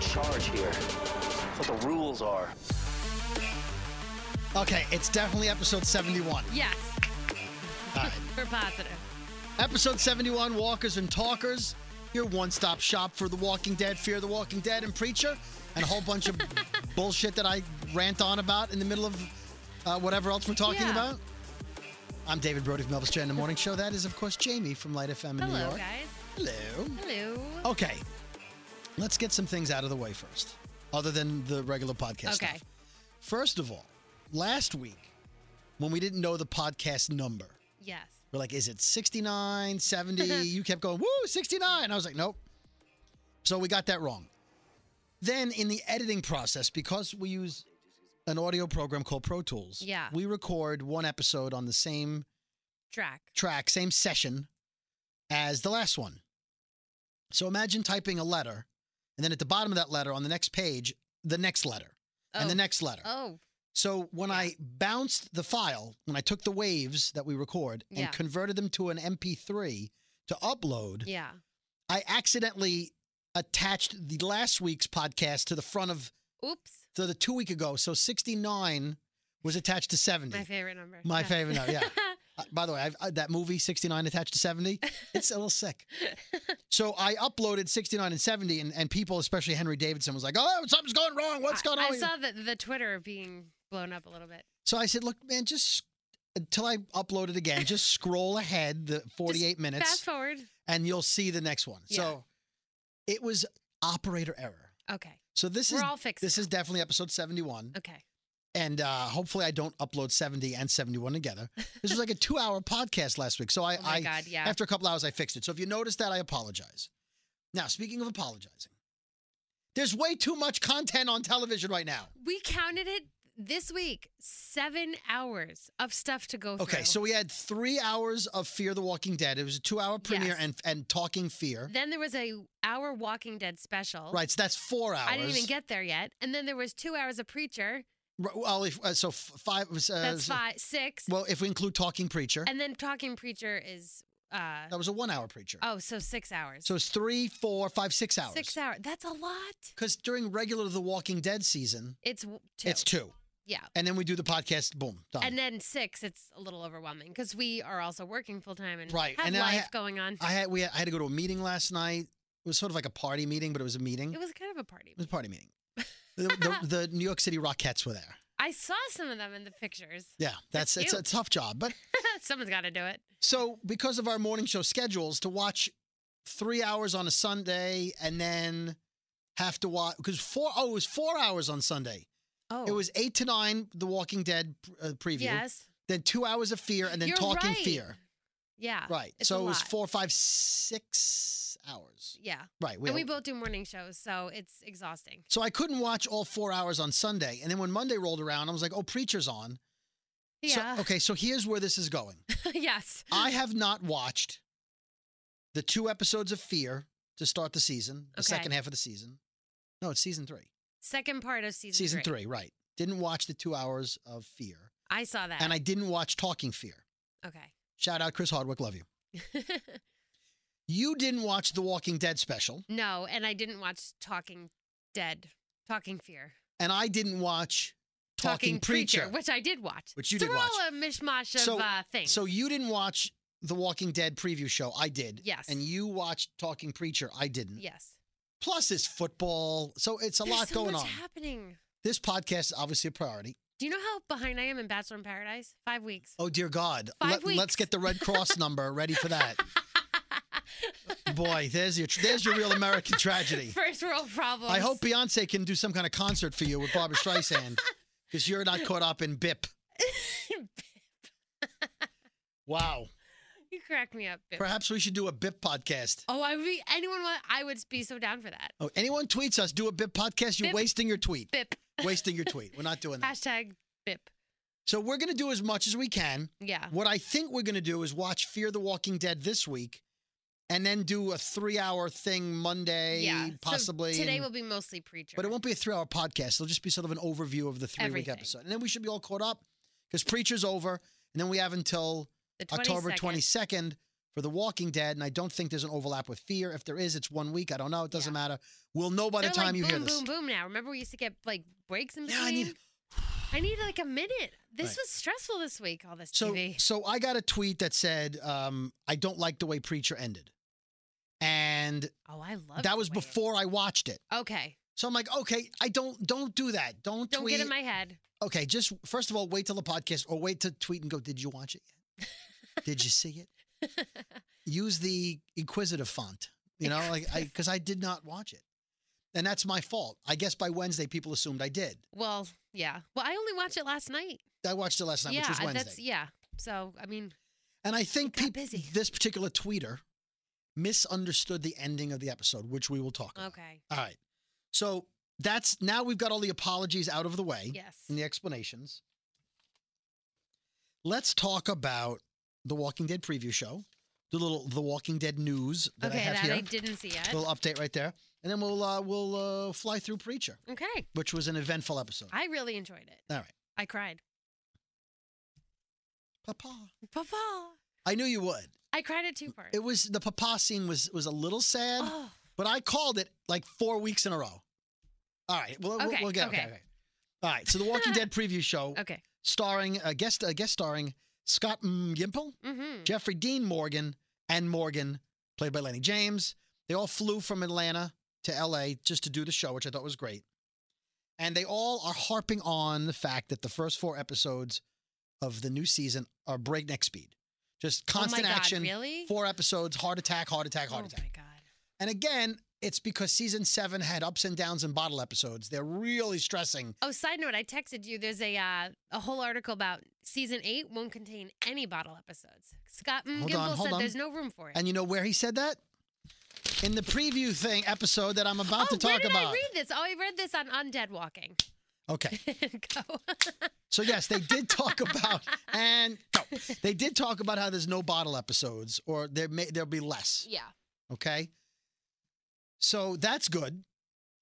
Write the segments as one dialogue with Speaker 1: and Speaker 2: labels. Speaker 1: charge here. That's what the rules are.
Speaker 2: Okay, it's definitely episode 71.
Speaker 3: Yes,
Speaker 2: All right.
Speaker 3: we're positive.
Speaker 2: Episode 71 Walkers and Talkers, your one stop shop for The Walking Dead, Fear the Walking Dead, and Preacher, and a whole bunch of bullshit that I rant on about in the middle of uh, whatever else we're talking
Speaker 3: Yeah.
Speaker 2: about. I'm David Brody from Elvis Duran in the Morning Show. That is, of course, Jamie from Light FM in New
Speaker 3: Hello,
Speaker 2: York. Oh,
Speaker 3: guys.
Speaker 2: Hello.
Speaker 3: Hello.
Speaker 2: Okay, let's get some things out of the way first, other than the regular podcast.
Speaker 3: Okay.
Speaker 2: stuff. First of all, last week, when we didn't know the podcast number,
Speaker 3: Yes.
Speaker 2: we're like, is it 69, 70? you kept going, woo, 69. I was like, nope. So we got that wrong. Then in the editing process, because we use an audio program called Pro Tools,
Speaker 3: Yeah.
Speaker 2: we record one episode on the same
Speaker 3: Track.
Speaker 2: track, same session as the last one. So imagine typing a letter, and then at the bottom of that letter on the next page, the next letter, and the
Speaker 3: Oh.
Speaker 2: next letter.
Speaker 3: Oh,
Speaker 2: So when
Speaker 3: Yeah.
Speaker 2: I bounced the file, when I took the waves that we record and
Speaker 3: Yeah.
Speaker 2: converted them to an MP3 to upload,
Speaker 3: yeah.
Speaker 2: I accidentally attached the last week's podcast to the front of
Speaker 3: Oops.
Speaker 2: to the two week ago. So 69 was attached to 70.
Speaker 3: My favorite number.
Speaker 2: My
Speaker 3: Yeah.
Speaker 2: favorite number, yeah. Uh, by the way, I've, uh, that movie 69 attached to 70, it's a little sick. So I uploaded 69 and 70, and, and people, especially Henry Davidson, was like, oh, something's going wrong. What's
Speaker 3: I-
Speaker 2: going on?
Speaker 3: I
Speaker 2: with you?"
Speaker 3: saw the, the Twitter being blown up a little bit.
Speaker 2: So I said, look, man, just until I upload it again, just scroll ahead the 48 minutes
Speaker 3: Fast forward.
Speaker 2: and you'll see the next one.
Speaker 3: Yeah.
Speaker 2: So it was operator error.
Speaker 3: Okay.
Speaker 2: So this
Speaker 3: We're
Speaker 2: is
Speaker 3: all fixed.
Speaker 2: this is definitely episode 71
Speaker 3: Okay.
Speaker 2: and uh, hopefully I don't upload 70 and 71 together. This was like a 2-hour podcast last week. So I
Speaker 3: Oh my
Speaker 2: I
Speaker 3: God. Yeah.
Speaker 2: after a couple hours I fixed it. So if you notice that I apologize. Now, speaking of apologizing. There's way too much content on television right now.
Speaker 3: we counted it this week seven hours of stuff to go through.
Speaker 2: Okay, so we had three hours of Fear the Walking Dead. It was a two-hour premiere
Speaker 3: Yes.
Speaker 2: and and talking Fear.
Speaker 3: Then there was a hour Walking Dead special.
Speaker 2: Right, so that's four hours.
Speaker 3: I didn't even get there yet. And then there was two hours of Preacher.
Speaker 2: R- Well, if, uh, so f- five was. Uh,
Speaker 3: That's
Speaker 2: so-
Speaker 3: five, six.
Speaker 2: Well, if we include talking preacher,
Speaker 3: and then Talking Preacher is, uh,
Speaker 2: that was a one-hour preacher.
Speaker 3: oh, so six hours.
Speaker 2: So it's three, four, five, six hours.
Speaker 3: Six hours. That's a lot.
Speaker 2: Because during regular The Walking Dead season,
Speaker 3: It's w- two.
Speaker 2: it's two,
Speaker 3: Yeah.
Speaker 2: and then we do the podcast. Boom, done.
Speaker 3: And then six, it's a little overwhelming because we are also working full time and
Speaker 2: Right,
Speaker 3: have
Speaker 2: and then I
Speaker 3: life
Speaker 2: ha- um,
Speaker 3: going on.
Speaker 2: I had we had, I had to go to a meeting last night. It was sort of like a party meeting, but it was a meeting.
Speaker 3: it was kind of a party.
Speaker 2: It was a party meeting. the, the, the New York City Rockettes were there.
Speaker 3: I saw some of them in the pictures.
Speaker 2: Yeah, that's,
Speaker 3: That's
Speaker 2: it's a
Speaker 3: cute.
Speaker 2: tough job, but
Speaker 3: Someone's got to do it.
Speaker 2: So, because of our morning show schedules, to watch three hours on a Sunday and then have to watch because four oh it was four hours on Sunday.
Speaker 3: Oh,
Speaker 2: It was eight to nine The Walking Dead uh, preview,
Speaker 3: Yes.
Speaker 2: then two hours of Fear, and then
Speaker 3: You're
Speaker 2: Talking
Speaker 3: right.
Speaker 2: Fear.
Speaker 3: Yeah.
Speaker 2: Right.
Speaker 3: It's
Speaker 2: so
Speaker 3: a
Speaker 2: it was
Speaker 3: lot.
Speaker 2: four, five, six hours.
Speaker 3: Yeah.
Speaker 2: Right.
Speaker 3: and we
Speaker 2: all-
Speaker 3: both do morning shows, so it's exhausting.
Speaker 2: so I couldn't watch all four hours on Sunday, and then when Monday rolled around, I was like, "Oh, preacher's on."
Speaker 3: Yeah.
Speaker 2: So, okay, so here's where this is going.
Speaker 3: yes.
Speaker 2: I have not watched the two episodes of Fear to start the season, the
Speaker 3: Okay.
Speaker 2: second half of the season. No, it's season three.
Speaker 3: Second part of season,
Speaker 2: Season, three. right. Didn't watch the two hours of Fear.
Speaker 3: I saw that.
Speaker 2: And I didn't watch Talking Fear.
Speaker 3: okay.
Speaker 2: Shout out Chris Hardwick, love you. You didn't watch the Walking Dead special,
Speaker 3: no, and I didn't watch Talking Dead, Talking Fear,
Speaker 2: and I didn't watch Talking, Preacher.
Speaker 3: which I did watch.
Speaker 2: Which you
Speaker 3: so
Speaker 2: did
Speaker 3: we're
Speaker 2: watch.
Speaker 3: all a mishmash of
Speaker 2: So-
Speaker 3: uh, things.
Speaker 2: So you didn't watch the Walking Dead preview show. I did.
Speaker 3: Yes.
Speaker 2: And you watched Talking Preacher. I didn't.
Speaker 3: yes,
Speaker 2: Plus, it's football. So it's a
Speaker 3: There's
Speaker 2: lot
Speaker 3: so
Speaker 2: going
Speaker 3: much
Speaker 2: on.
Speaker 3: Happening.
Speaker 2: this podcast is obviously a priority.
Speaker 3: Do you know how behind I am in Bachelor in Paradise? Five weeks.
Speaker 2: Oh dear God!
Speaker 3: Five
Speaker 2: Let's
Speaker 3: weeks.
Speaker 2: get the Red Cross number ready for that. Boy, there's your there's your real American tragedy.
Speaker 3: First world problems.
Speaker 2: I hope Beyonce can do some kind of concert for you with Barbara Streisand, because you're not caught up in BIP. Wow.
Speaker 3: you crack me up. Bip.
Speaker 2: Perhaps we should do a BIP podcast.
Speaker 3: Oh, I re- anyone want? I would be so down for that.
Speaker 2: Oh, anyone tweets us, do a BIP podcast. You're
Speaker 3: BIP.
Speaker 2: wasting your tweet.
Speaker 3: Bip.
Speaker 2: Wasting your tweet. We're not doing that.
Speaker 3: Hashtag bip.
Speaker 2: So we're gonna do as much as we can.
Speaker 3: Yeah.
Speaker 2: What I think we're going to do is watch Fear the Walking Dead this week and then do a three hour thing Monday,
Speaker 3: yeah. So
Speaker 2: possibly.
Speaker 3: today
Speaker 2: and-
Speaker 3: will be mostly preacher.
Speaker 2: but it won't be a three hour podcast. It'll just be sort of an overview of the three week
Speaker 3: Everything.
Speaker 2: episode. And then we should be all caught up because Preacher's over. And then we have until
Speaker 3: the
Speaker 2: October
Speaker 3: 22nd.
Speaker 2: 22nd for The Walking Dead, and I don't think there's an overlap with Fear. If there is, it's one week. I don't know. It doesn't
Speaker 3: Yeah.
Speaker 2: matter. We'll know by
Speaker 3: They're
Speaker 2: the time
Speaker 3: like
Speaker 2: you
Speaker 3: boom,
Speaker 2: hear this.
Speaker 3: boom, boom. Now, remember we used to get like breaks in
Speaker 2: Yeah,
Speaker 3: between.
Speaker 2: I need-
Speaker 3: I need like a minute. This
Speaker 2: Right.
Speaker 3: was stressful this week. All this
Speaker 2: So,
Speaker 3: TV.
Speaker 2: so I got a tweet that said, um, "I don't like the way Preacher ended," and
Speaker 3: Oh, I love
Speaker 2: that was before I watched it.
Speaker 3: Okay,
Speaker 2: So I'm like, okay, I don't don't do that. Don't
Speaker 3: don't
Speaker 2: tweet.
Speaker 3: get in my head.
Speaker 2: okay, just first of all, wait till the podcast or wait to tweet and go, did you watch it yet? did you see it? Use the inquisitive font, you know, like I because I did not watch it. And that's my fault. I guess by Wednesday people assumed I did.
Speaker 3: Well, yeah. Well, I only watched it last night.
Speaker 2: I watched it last night,
Speaker 3: yeah,
Speaker 2: which was
Speaker 3: I-
Speaker 2: Wednesday.
Speaker 3: that's yeah. So I mean,
Speaker 2: And I think
Speaker 3: got
Speaker 2: peop-
Speaker 3: busy.
Speaker 2: this particular tweeter misunderstood the ending of the episode, which we will talk about.
Speaker 3: okay,
Speaker 2: All right. So that's now we've got all the apologies out of the way.
Speaker 3: yes.
Speaker 2: and the explanations. Let's talk about the Walking Dead preview show, the little The Walking Dead news that I
Speaker 3: okay,
Speaker 2: have
Speaker 3: that
Speaker 2: here,
Speaker 3: I didn't see yet.
Speaker 2: little update right there, and then we'll uh, we'll uh, fly through Preacher,
Speaker 3: Okay,
Speaker 2: which was an eventful episode.
Speaker 3: I really enjoyed it.
Speaker 2: All right,
Speaker 3: I cried,
Speaker 2: Papa,
Speaker 3: Papa.
Speaker 2: I knew you would.
Speaker 3: I cried at two parts.
Speaker 2: It was the Papa scene was was a little sad,
Speaker 3: oh,
Speaker 2: but I called it like four weeks in a row. All right, well, we'll-
Speaker 3: Okay,
Speaker 2: we'll get
Speaker 3: okay.
Speaker 2: okay. All right, so the Walking Dead preview show,
Speaker 3: okay.
Speaker 2: starring uh, guest uh, guest starring Scott Gimple.
Speaker 3: Mm-hmm.
Speaker 2: Jeffrey Dean Morgan and Morgan, played by Lenny James. They all flew from Atlanta to LA just to do the show, which I thought was great. And they all are harping on the fact that the first four episodes of the new season are breakneck speed. Just constant
Speaker 3: oh my God,
Speaker 2: action.
Speaker 3: Really?
Speaker 2: Four episodes, heart attack, heart attack, heart
Speaker 3: oh
Speaker 2: attack.
Speaker 3: my god.
Speaker 2: And again, it's because season seven had ups and downs and bottle episodes. They're really stressing.
Speaker 3: Oh, side note, I texted you. There's a uh, a whole article about season eight won't contain any bottle episodes. Scott M.
Speaker 2: Hold
Speaker 3: Gimple
Speaker 2: on, hold
Speaker 3: said
Speaker 2: on.
Speaker 3: there's no room for it.
Speaker 2: And you know where he said that? In the preview thing episode that I'm about
Speaker 3: oh,
Speaker 2: to talk
Speaker 3: where did
Speaker 2: about.
Speaker 3: I read this? Oh, I read this on Undead Walking.
Speaker 2: okay.
Speaker 3: Go.
Speaker 2: So yes, they did talk about and no, they did talk about how there's no bottle episodes or there may there'll be less.
Speaker 3: yeah.
Speaker 2: Okay. So that's good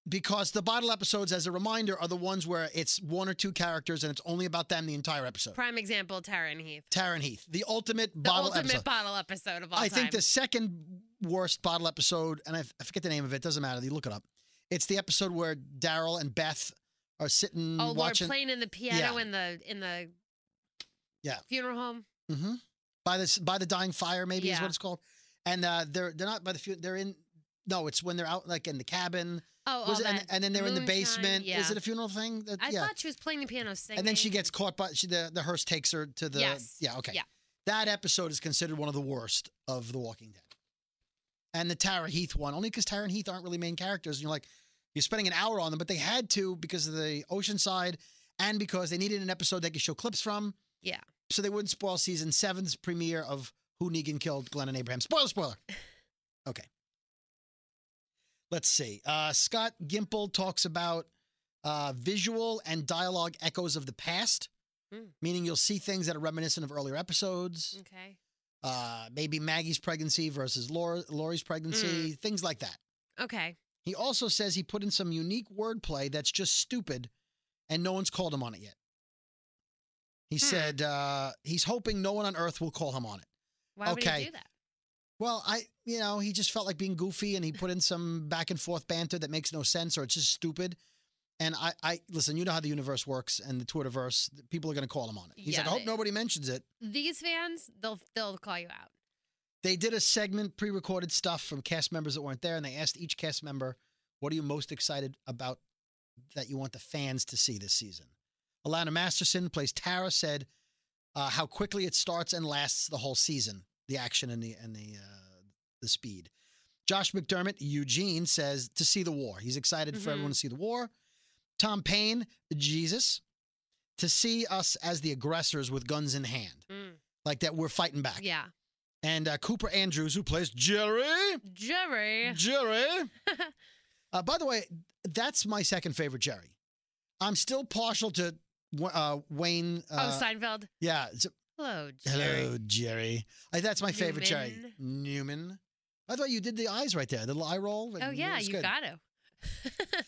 Speaker 2: because the bottle episodes, as a reminder, are the ones where it's one or two characters and it's only about them the entire episode.
Speaker 3: Prime example, Tara and Heath.
Speaker 2: Taryn Heath, the ultimate
Speaker 3: The
Speaker 2: bottle
Speaker 3: ultimate
Speaker 2: episode.
Speaker 3: bottle episode of all
Speaker 2: I
Speaker 3: time.
Speaker 2: think the second worst bottle episode, and I, f- I forget the name of it. Doesn't matter. You look it up. It's the episode where Daryl and Beth are sitting
Speaker 3: Oh, Lord,
Speaker 2: watching.
Speaker 3: playing in the piano
Speaker 2: Yeah.
Speaker 3: in the in the
Speaker 2: Yeah.
Speaker 3: funeral home.
Speaker 2: Mm-hmm. By this, by the dying fire, maybe is
Speaker 3: Yeah.
Speaker 2: what it's called. And uh, they're they're not by the few. They're in. No, it's when they're out like in the cabin.
Speaker 3: Oh,
Speaker 2: Was
Speaker 3: all
Speaker 2: it- and,
Speaker 3: that.
Speaker 2: and then they're in the
Speaker 3: moonshine,
Speaker 2: basement.
Speaker 3: yeah.
Speaker 2: Is it a funeral thing? That-
Speaker 3: I
Speaker 2: yeah.
Speaker 3: thought she was playing the piano singing.
Speaker 2: and then she gets caught by she, the the hearse takes her to the
Speaker 3: Yes.
Speaker 2: yeah okay
Speaker 3: Yeah.
Speaker 2: that episode is considered one of the worst of The Walking Dead. And the Tara Heath one only because Tara and Heath aren't really main characters. And you're like you're spending an hour on them, but they had to because of the Oceanside and because they needed an episode they could show clips from.
Speaker 3: Yeah.
Speaker 2: So they wouldn't spoil season seven's premiere of Who Negan Killed Glenn and Abraham. Spoiler, spoiler. Okay. Let's see. Uh, Scott Gimple talks about uh, visual and dialogue echoes of the past,
Speaker 3: Mm.
Speaker 2: meaning you'll see things that are reminiscent of earlier episodes.
Speaker 3: Okay.
Speaker 2: Uh, maybe Maggie's pregnancy versus Laura, Laurie's pregnancy, things like that.
Speaker 3: Okay.
Speaker 2: He also says he put in some unique wordplay that's just stupid, and no one's called him on it yet. He
Speaker 3: Hmm.
Speaker 2: said uh, he's hoping no one on earth will call him on it.
Speaker 3: Why would
Speaker 2: Okay.
Speaker 3: he do that?
Speaker 2: Well, I, you know, he just felt like being goofy, and he put in some back and forth banter that makes no sense or it's just stupid. And I, I listen. You know how the universe works, and the Twitterverse. People are going to call him on it. He's like, I
Speaker 3: Yeah,
Speaker 2: hope
Speaker 3: they-
Speaker 2: nobody mentions it.
Speaker 3: These fans, they'll they'll call you out.
Speaker 2: They did a segment, pre-recorded stuff from cast members that weren't there, and they asked each cast member, "What are you most excited about that you want the fans to see this season?" Alana Masterson plays Tara. Said uh, how quickly it starts and lasts the whole season, the action and the and the uh, the speed. Josh McDermott, Eugene says to see the war. He's excited for
Speaker 3: Mhm.
Speaker 2: everyone to see the war. Tom Payne, Jesus, to see us as the aggressors with guns in hand,
Speaker 3: Mm.
Speaker 2: like that we're fighting back.
Speaker 3: Yeah.
Speaker 2: And uh, Cooper Andrews, who plays Jerry.
Speaker 3: Jerry.
Speaker 2: Jerry. uh, by the way, that's my second favorite Jerry. I'm still partial to uh, Wayne. Uh,
Speaker 3: oh, Seinfeld.
Speaker 2: yeah. it's-
Speaker 3: Hello, Jerry.
Speaker 2: hello, Jerry. I, that's my favorite Jerry.
Speaker 3: Newman.
Speaker 2: Newman. By the way, you did the eyes right there, the little eye roll. and
Speaker 3: Oh,
Speaker 2: it
Speaker 3: yeah,
Speaker 2: was
Speaker 3: you
Speaker 2: good.
Speaker 3: got to.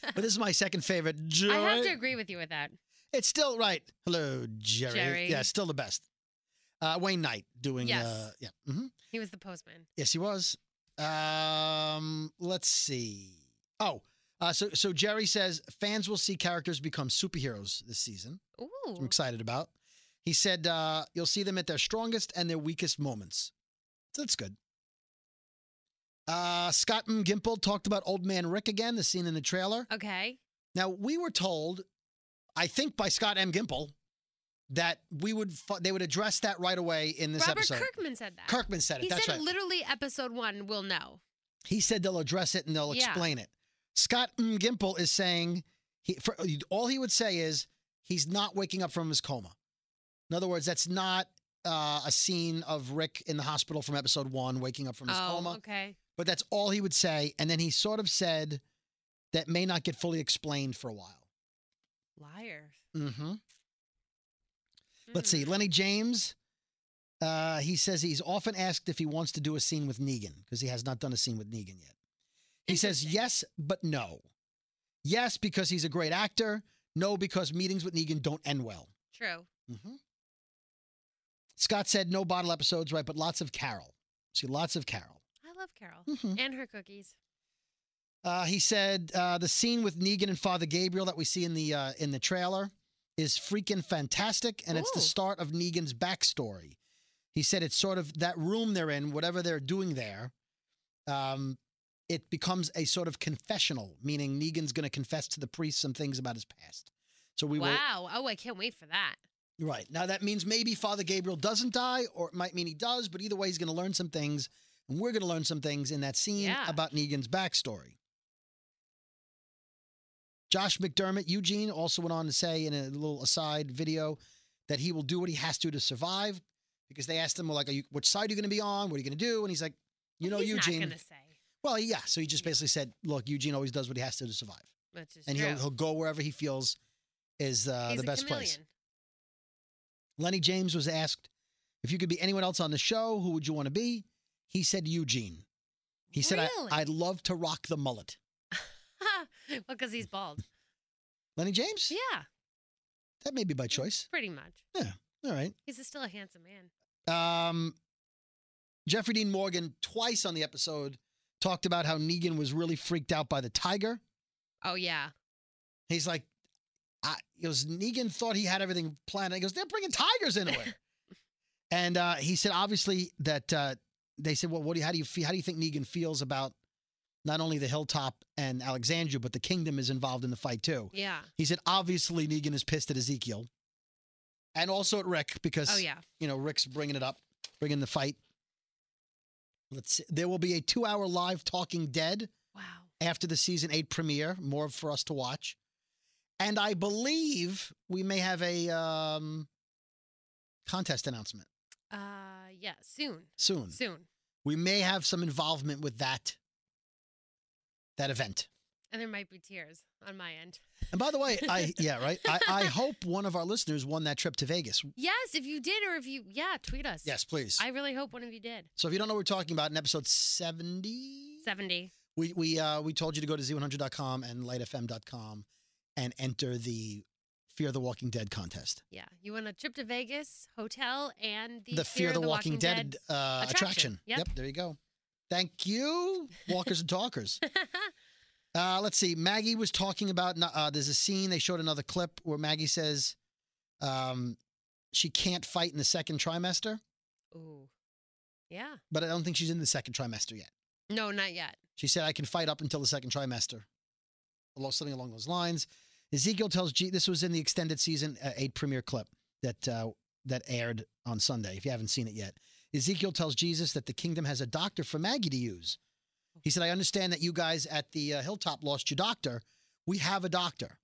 Speaker 2: But this is my second favorite Jerry.
Speaker 3: I have to agree with you with that.
Speaker 2: It's still right. Hello, Jerry.
Speaker 3: Jerry.
Speaker 2: Yeah, still the best. uh, Wayne Knight doing.
Speaker 3: Yes.
Speaker 2: Uh, yeah. hmm
Speaker 3: He was the postman.
Speaker 2: Yes, he was. Um, let's see. Oh, uh, so so Jerry says fans will see characters become superheroes this season. which I'm
Speaker 3: Ooh.
Speaker 2: excited about. He said uh, you'll see them at their strongest and their weakest moments. So that's good. Uh, Scott M. Gimple talked about Old Man Rick again, the scene in the trailer.
Speaker 3: Okay.
Speaker 2: Now we were told, I think by Scott M. Gimple, that we would fu- they would address that right away in this
Speaker 3: Robert
Speaker 2: episode.
Speaker 3: Kirkman said that.
Speaker 2: Kirkman said it.
Speaker 3: he
Speaker 2: that's
Speaker 3: said
Speaker 2: right.
Speaker 3: literally episode one will know.
Speaker 2: He said they'll address it and they'll
Speaker 3: Yeah.
Speaker 2: explain it. Scott M. Gimple is saying he for, all he would say is he's not waking up from his coma. In other words, that's not uh, a scene of Rick in the hospital from episode one waking up from his
Speaker 3: oh,
Speaker 2: coma.
Speaker 3: okay.
Speaker 2: But that's all he would say. And then he sort of said that may not get fully explained for a while.
Speaker 3: Liar.
Speaker 2: Mm-hmm. Let's
Speaker 3: Mm.
Speaker 2: see. Lenny James. Uh, he says he's often asked if he wants to do a scene with Negan because he has not done a scene with Negan yet. He says
Speaker 3: Interesting.
Speaker 2: yes, but no. Yes, because he's a great actor. No, because meetings with Negan don't end well.
Speaker 3: True.
Speaker 2: Mm-hmm. Scott said no bottle episodes, right? But lots of Carol. See, lots of Carol.
Speaker 3: I love Carol
Speaker 2: Mm-hmm.
Speaker 3: and her cookies.
Speaker 2: Uh, he said uh, the scene with Negan and Father Gabriel that we see in the uh, in the trailer is freaking fantastic, and it's the
Speaker 3: Ooh.
Speaker 2: start of Negan's backstory. He said it's sort of that room they're in, whatever they're doing there. Um, it becomes a sort of confessional, meaning Negan's going to confess to the priest some things about his past. So we
Speaker 3: wow. Oh, I can't wait for that.
Speaker 2: will right now. That means maybe Father Gabriel doesn't die, or it might mean he does. But either way, he's going to learn some things, and we're going to learn some things in that scene
Speaker 3: Yeah.
Speaker 2: about Negan's backstory. Josh McDermott, Eugene, also went on to say in a little aside video that he will do what he has to to survive because they asked him, well, like, are you, which side are you going to be on? What are you going to do? And he's like, you know,
Speaker 3: He's
Speaker 2: Eugene.
Speaker 3: Not gonna say.
Speaker 2: Well, yeah. So he just basically said, look, Eugene always does what he has to to survive.
Speaker 3: Which is
Speaker 2: And
Speaker 3: true.
Speaker 2: he'll, he'll go wherever he feels is uh,
Speaker 3: He's
Speaker 2: the
Speaker 3: a
Speaker 2: best place.
Speaker 3: chameleon.
Speaker 2: Lenny James was asked, if you could be anyone else on the show, who would you want to be? He said, Eugene. He said, I,
Speaker 3: Really?
Speaker 2: I'd love to rock the mullet.
Speaker 3: well, because he's bald.
Speaker 2: Lenny James?
Speaker 3: Yeah,
Speaker 2: That may be by choice.
Speaker 3: pretty much.
Speaker 2: All right.
Speaker 3: He's still a handsome man.
Speaker 2: Um, Jeffrey Dean Morgan twice on the episode talked about how Negan was really freaked out by the tiger.
Speaker 3: Oh yeah.
Speaker 2: He's like, I, he goes, Negan thought he had everything planned. He goes, they're bringing tigers into it. and uh, he said, obviously, that uh, they said, well, what do you, how do you feel? How do you think Negan feels about not only the hilltop and Alexandria, but the kingdom is involved in the fight too?
Speaker 3: Yeah.
Speaker 2: He said, obviously, Negan is pissed at Ezekiel and also at Rick because
Speaker 3: Oh yeah.
Speaker 2: you know, Rick's bringing it up, bringing the fight. Let's see. There will be a two hour live Talking Dead
Speaker 3: Wow.
Speaker 2: after the season eight premiere, more for us to watch. And I believe we may have a um, contest announcement
Speaker 3: Uh yeah. Soon.
Speaker 2: soon.
Speaker 3: Soon.
Speaker 2: We may have some involvement with that that event.
Speaker 3: And there might be tears on my end.
Speaker 2: And by the way, I yeah, right. I, I hope one of our listeners won that trip to Vegas.
Speaker 3: Yes, if you did, or if you yeah, tweet us.
Speaker 2: Mm. Yes, please.
Speaker 3: I really hope one of you did.
Speaker 2: so if you don't know what we're talking about in episode 70,
Speaker 3: Seventy.
Speaker 2: We we uh, we told you to go to z100.com and lightfm.com and enter the Fear the Walking Dead contest.
Speaker 3: Yeah. You want a trip to Vegas, hotel, and the,
Speaker 2: The, Fear, the, Walking, Dead, uh,
Speaker 3: attraction.
Speaker 2: attraction.
Speaker 3: Yep.
Speaker 2: there you go. Thank you, walkers and talkers. Uh, let's see. Maggie was talking about. Uh, there's a scene they showed another clip where Maggie says, um, she can't fight in the second trimester,
Speaker 3: Ooh. Yeah.
Speaker 2: but I don't think she's in the second trimester yet.
Speaker 3: No, not yet.
Speaker 2: She said, I can fight up until the second trimester. Along something along those lines. Ezekiel tells G. This was in the extended season uh, eight premiere clip that uh, that aired on Sunday. If you haven't seen it yet, Ezekiel tells Jesus that the kingdom has a doctor for Maggie to use. He said, "I understand that you guys at the uh, hilltop lost your doctor. We have a doctor."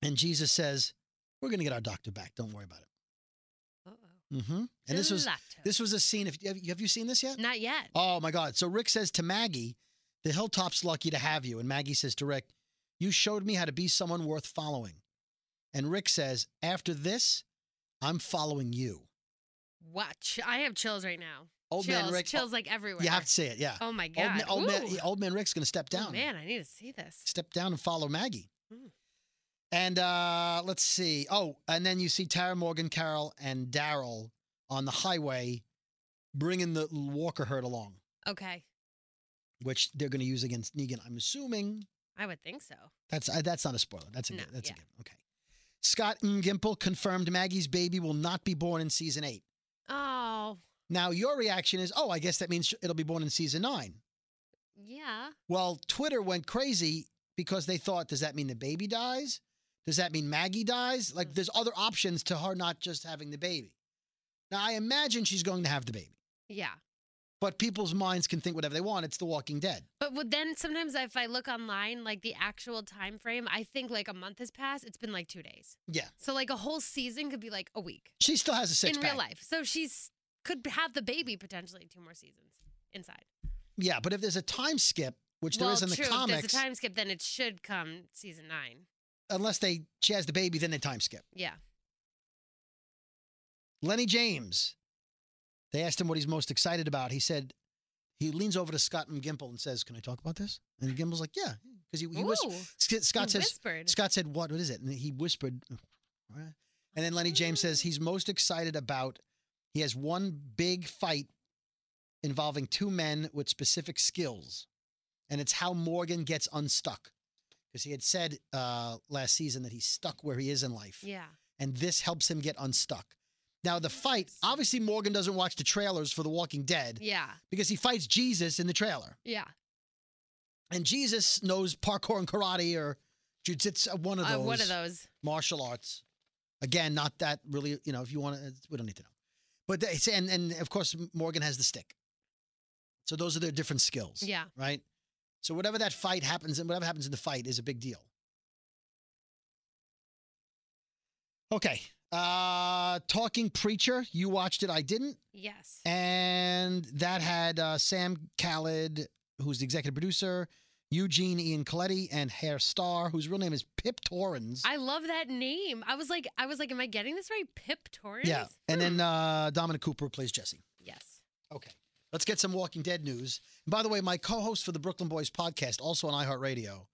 Speaker 2: And Jesus says, "We're going to get our doctor back. Don't worry about it."
Speaker 3: Uh oh.
Speaker 2: hmm And this was this was a scene. If have, have you seen this yet?
Speaker 3: Not yet.
Speaker 2: Oh my God. So Rick says to Maggie, the hilltop's lucky to have you. And Maggie says to Rick, You showed me how to be someone worth following. And Rick says, After this, I'm following you.
Speaker 3: Watch. I have chills right now.
Speaker 2: Old
Speaker 3: chills,
Speaker 2: man Rick.
Speaker 3: chills like everywhere.
Speaker 2: you have to say it, yeah.
Speaker 3: Oh my
Speaker 2: Old
Speaker 3: god.
Speaker 2: ma- old, man,
Speaker 3: Ooh.
Speaker 2: yeah, old man Rick's going to step down.
Speaker 3: Oh man, I need to see this.
Speaker 2: Step down and follow Maggie.
Speaker 3: Hmm.
Speaker 2: And uh, let's see. Oh, and then you see Tara Morgan, Carol, and Daryl on the highway, bringing the Walker herd along,
Speaker 3: Okay.
Speaker 2: which they're going to use against Negan. I'm assuming
Speaker 3: I would think so.
Speaker 2: that's uh, that's not a spoiler. That's a
Speaker 3: No,
Speaker 2: gi- that's
Speaker 3: yeah.
Speaker 2: a given. Okay. Scott M. Gimple confirmed Maggie's baby will not be born in season eight.
Speaker 3: Oh,
Speaker 2: Now your reaction is, oh, I guess that means it'll be born in season nine.
Speaker 3: yeah.
Speaker 2: Well, Twitter went crazy because they thought, does that mean the baby dies? Does that mean Maggie dies? Like,
Speaker 3: Mhm.
Speaker 2: there's other options to her not just having the baby. Now, I imagine she's going to have the baby,
Speaker 3: Yeah.
Speaker 2: but people's minds can think whatever they want. It's The Walking Dead.
Speaker 3: But would then sometimes if I look online, like the actual time frame, I think like a month has passed. It's been like two days.
Speaker 2: Yeah.
Speaker 3: So like a whole season could be like a week
Speaker 2: She still has a six
Speaker 3: in
Speaker 2: pack.
Speaker 3: real life. So she's could have the baby potentially two more seasons inside.
Speaker 2: Yeah, but if there's a time skip, which there
Speaker 3: well,
Speaker 2: is in the
Speaker 3: true. If
Speaker 2: comics,
Speaker 3: there's a time skip, then it should come season nine.
Speaker 2: unless they she has the baby, then they time skip.
Speaker 3: Yeah.
Speaker 2: Lenny James. They asked him what he's most excited about. He said he leans over to Scott and Gimple and says, "Can I talk about this?" And Gimple's like, "Yeah," because he, he whis-
Speaker 3: Ooh,
Speaker 2: Sc- Scott
Speaker 3: he
Speaker 2: says,
Speaker 3: whispered.
Speaker 2: Scott said, "What? What is it?" And he whispered, "Uh, and then Lenny James says he's most excited about. He has one big fight involving two men with specific skills, and it's how Morgan gets unstuck. Because he had said uh, last season that he's stuck where he is in life,
Speaker 3: Yeah.
Speaker 2: and this helps him get unstuck. Now the fight, obviously, Morgan doesn't watch the trailers for The Walking Dead
Speaker 3: Yeah.
Speaker 2: because he fights Jesus in the trailer
Speaker 3: Yeah.
Speaker 2: and Jesus knows parkour and karate or jujitsu, uh, one of
Speaker 3: Uh,
Speaker 2: those,
Speaker 3: one of those.
Speaker 2: martial arts. Again, not that really, you know, if you want to, we don't need to know. But they, say- and and of course Morgan has the stick. So those are their different skills.
Speaker 3: Yeah.
Speaker 2: Right. So whatever that fight happens and whatever happens in the fight is a big deal. Okay. Uh Talking Preacher, you watched it, I didn't.
Speaker 3: Yes.
Speaker 2: And that had uh, Sam Khaled, who's the executive producer, Eugene Ian Coletti, and Hair Star, whose real name is Pip Torrens.
Speaker 3: I love that name. I was like, I was like, am I getting this right? Pip Torrens.
Speaker 2: yeah. And
Speaker 3: Hmm.
Speaker 2: then uh, Dominic Cooper who plays Jesse.
Speaker 3: yes.
Speaker 2: Okay. Let's get some Walking Dead news. And by the way, my co host for the Brooklyn Boys podcast, also on iHeartRadio,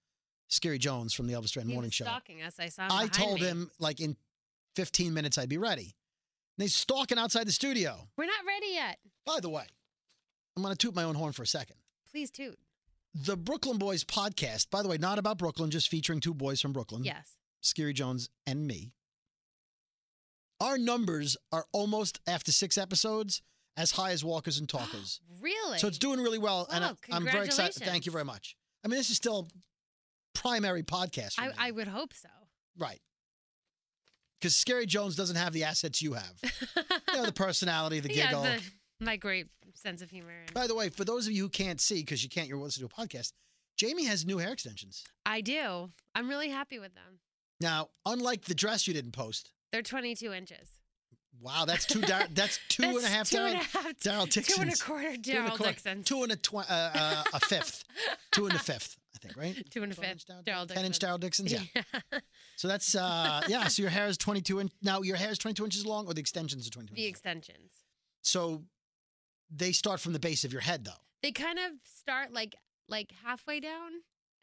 Speaker 2: Scary Jones from the Elvis Duran
Speaker 3: He
Speaker 2: Morning
Speaker 3: was
Speaker 2: Show.
Speaker 3: stalking us. I saw. Him
Speaker 2: I
Speaker 3: behind
Speaker 2: told
Speaker 3: me.
Speaker 2: him, like, in 15 minutes, I'd be ready. And he's stalking outside the studio.
Speaker 3: we're not ready yet.
Speaker 2: By the way, I'm going to toot my own horn for a second.
Speaker 3: Please toot.
Speaker 2: the Brooklyn Boys podcast, by the way, not about Brooklyn, just featuring two boys from Brooklyn,
Speaker 3: Yes.
Speaker 2: Scary Jones and me. Our numbers are almost after six episodes as high as Walkers and Talkers.
Speaker 3: Really?
Speaker 2: so it's doing really well, and
Speaker 3: Wow,
Speaker 2: I, am very excited. Thank you
Speaker 3: congratulations.
Speaker 2: very much. I mean, this is still primary podcast. For
Speaker 3: I,
Speaker 2: me.
Speaker 3: I would hope so.
Speaker 2: right. Because Scary Jones doesn't have the assets you have. You know, the personality, the
Speaker 3: yeah,
Speaker 2: giggle.
Speaker 3: the, my great sense of humor. And
Speaker 2: By the way, for those of you who can't see, because you can't, you're listening to a podcast, Jamie has new hair extensions.
Speaker 3: I do. I'm really happy with them.
Speaker 2: Now, unlike the dress you didn't post,
Speaker 3: They're 22 inches.
Speaker 2: Wow, that's two. Dar- that's two and a half.
Speaker 3: That's two and a
Speaker 2: Daryl-
Speaker 3: half-
Speaker 2: Daryl
Speaker 3: Two and a
Speaker 2: Dixons. two
Speaker 3: quarter
Speaker 2: and a
Speaker 3: Daryl
Speaker 2: quar-
Speaker 3: Dixon.
Speaker 2: Two and a twi- uh, uh, a fifth. two and a fifth, I think, right?
Speaker 3: Two and a
Speaker 2: 12
Speaker 3: fifth.
Speaker 2: inch Daryl-
Speaker 3: Daryl
Speaker 2: Ten inch
Speaker 3: Dixon.
Speaker 2: Daryl Dixons. Yeah.
Speaker 3: Yeah.
Speaker 2: So that's uh yeah. So your hair is twenty two inch. Now your hair is twenty two inches long, or the extensions are twenty two.
Speaker 3: the
Speaker 2: inches.
Speaker 3: extensions.
Speaker 2: so they start from the base of your head, though.
Speaker 3: They kind of start like like halfway down,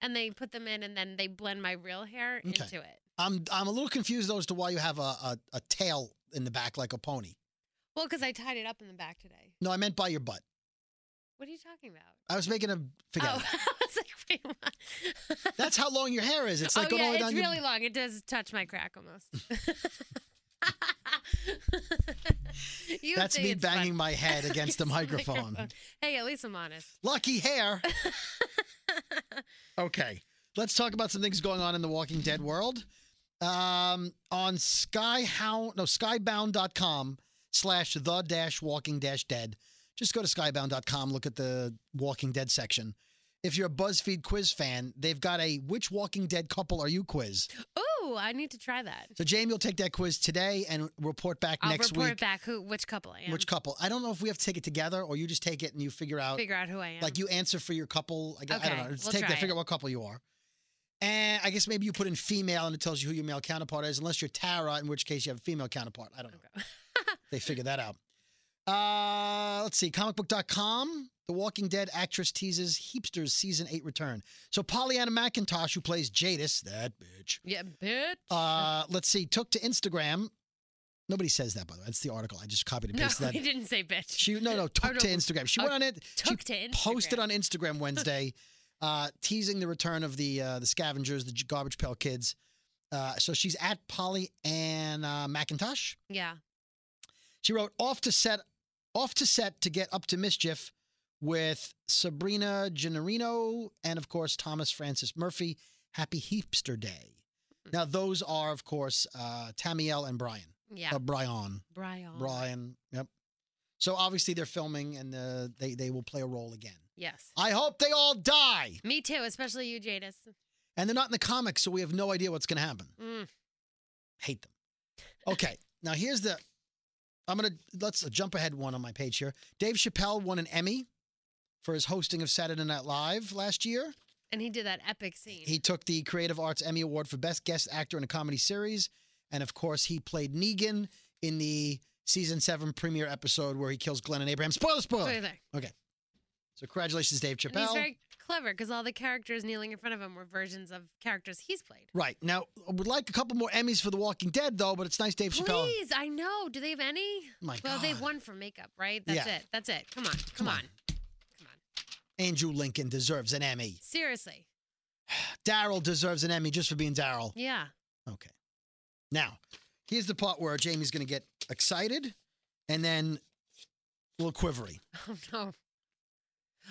Speaker 3: and they put them in, and then they blend my real hair
Speaker 2: Okay.
Speaker 3: into it.
Speaker 2: I'm I'm a little confused though as to why you have a a, a tail in the back like a pony.
Speaker 3: Well, because I tied it up in the back today.
Speaker 2: No, I meant by your butt.
Speaker 3: What are you talking about?
Speaker 2: I was making a forget.
Speaker 3: Oh,
Speaker 2: it.
Speaker 3: I was like, wait, what?
Speaker 2: That's how long your hair is. It's like
Speaker 3: oh
Speaker 2: going all
Speaker 3: yeah,
Speaker 2: the way
Speaker 3: it's
Speaker 2: down your
Speaker 3: really long. It does touch my crack almost. you
Speaker 2: That's
Speaker 3: think
Speaker 2: me
Speaker 3: it's
Speaker 2: banging
Speaker 3: fun.
Speaker 2: my head against the
Speaker 3: It's
Speaker 2: microphone.
Speaker 3: Hey, at least I'm honest.
Speaker 2: Lucky hair. Okay. Let's talk about some things going on in the Walking Dead world. Um, on skyhound, no, skybound.com slash the dash walking dash dead. Just go to skybound.com, look at the Walking Dead section. If you're a BuzzFeed quiz fan, they've got a which Walking Dead couple are you quiz.
Speaker 3: Ooh, I need to try that.
Speaker 2: So Jamie will take that quiz today and report back
Speaker 3: I'll
Speaker 2: next
Speaker 3: report
Speaker 2: week
Speaker 3: back who which couple I am.
Speaker 2: which couple. I don't know if we have to take it together or you just take it and you figure out
Speaker 3: figure out who I am.
Speaker 2: like you answer for your couple. I, guess, I
Speaker 3: Okay,
Speaker 2: don't know. Just
Speaker 3: we'll
Speaker 2: take
Speaker 3: try
Speaker 2: that. Figure
Speaker 3: it.
Speaker 2: out what couple you are. And I guess maybe you put in female and it tells you who your male counterpart is, unless you're Tara, in which case you have a female counterpart. I don't know.
Speaker 3: Okay.
Speaker 2: They figure that out. Uh, let's see. Comicbook.com. The Walking Dead actress teases Heapsters season eight return. So Pollyanna McIntosh, who plays Jadis, that bitch. Oh,
Speaker 3: Yeah, bitch.
Speaker 2: Uh, let's see. Took to Instagram. Nobody says that, by the way. That's the article. I just copied and
Speaker 3: No,
Speaker 2: pasted
Speaker 3: he
Speaker 2: that.
Speaker 3: didn't say bitch.
Speaker 2: She no no took
Speaker 3: no.
Speaker 2: to Instagram. She
Speaker 3: Oh,
Speaker 2: went on it. She
Speaker 3: took to
Speaker 2: posted
Speaker 3: Instagram.
Speaker 2: on Instagram Wednesday, uh, teasing the return of the uh, the scavengers, the garbage pail kids. Uh, so she's at Polly and uh, McIntosh.
Speaker 3: yeah.
Speaker 2: She wrote off to set, off to set to get up to mischief with Sabrina Gennarino and of course Thomas Francis Murphy. Happy Heapster Day. Now those are of course uh, Tamiel and Brian.
Speaker 3: Yeah.
Speaker 2: Uh, Brian.
Speaker 3: Brian.
Speaker 2: Brian. Yep. So obviously they're filming and uh, they they will play a role again.
Speaker 3: Yes.
Speaker 2: I hope they all die.
Speaker 3: Me too, especially you, Jadis.
Speaker 2: And they're not in the comics, so we have no idea what's going to happen.
Speaker 3: Mm.
Speaker 2: Hate them. Okay, now here's the. I'm gonna let's jump ahead one on my page here. Dave Chappelle won an Emmy for his hosting of Saturday Night Live last year.
Speaker 3: And he did that epic scene.
Speaker 2: He took the Creative Arts Emmy Award for Best Guest Actor in a Comedy Series, and of course, he played Negan in the season seven premiere episode where he kills Glenn and Abraham. Spoiler, spoiler.
Speaker 3: Over there.
Speaker 2: So congratulations, Dave
Speaker 3: And he's
Speaker 2: Chappelle.
Speaker 3: very clever because all the characters kneeling in front of him were versions of characters he's played.
Speaker 2: right now, I would like a couple more Emmys for The Walking Dead, though. But it's nice, Dave Chappelle.
Speaker 3: Please, I know. Do they have any?
Speaker 2: My
Speaker 3: well,
Speaker 2: God.
Speaker 3: they've won for makeup, right? That's
Speaker 2: Yeah.
Speaker 3: it. That's it. Come on. Come, on.
Speaker 2: on.
Speaker 3: Come on.
Speaker 2: Andrew Lincoln deserves an Emmy.
Speaker 3: Seriously.
Speaker 2: Daryl deserves an Emmy just for being Daryl.
Speaker 3: Yeah.
Speaker 2: Okay. Now, here's the part where Jamie's going to get excited and then a little quivery.
Speaker 3: Oh no.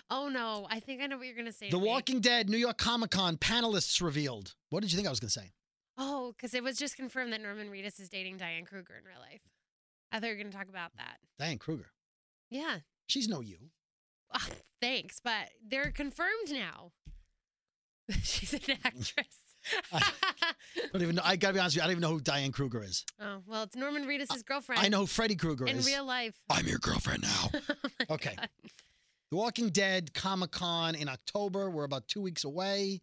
Speaker 3: Oh no. I think I know what you're gonna say.
Speaker 2: The
Speaker 3: to me.
Speaker 2: Walking Dead New York Comic Con panelists revealed. What did you think I was going to say?
Speaker 3: Oh, because it was just confirmed that Norman Reedus is dating Diane Kruger in real life. I thought you were gonna talk about that.
Speaker 2: Diane Kruger.
Speaker 3: Yeah.
Speaker 2: She's no you.
Speaker 3: Ah, thanks, but they're confirmed now. She's an actress.
Speaker 2: I don't even know. I got to be honest with you. I don't even know who Diane Kruger is.
Speaker 3: oh well, it's Norman Reedus' girlfriend.
Speaker 2: I know who Freddy Krueger
Speaker 3: in
Speaker 2: is.
Speaker 3: real life.
Speaker 2: I'm your girlfriend now.
Speaker 3: Oh my
Speaker 2: Okay.
Speaker 3: God.
Speaker 2: The Walking Dead Comic Con in October. We're about two weeks away.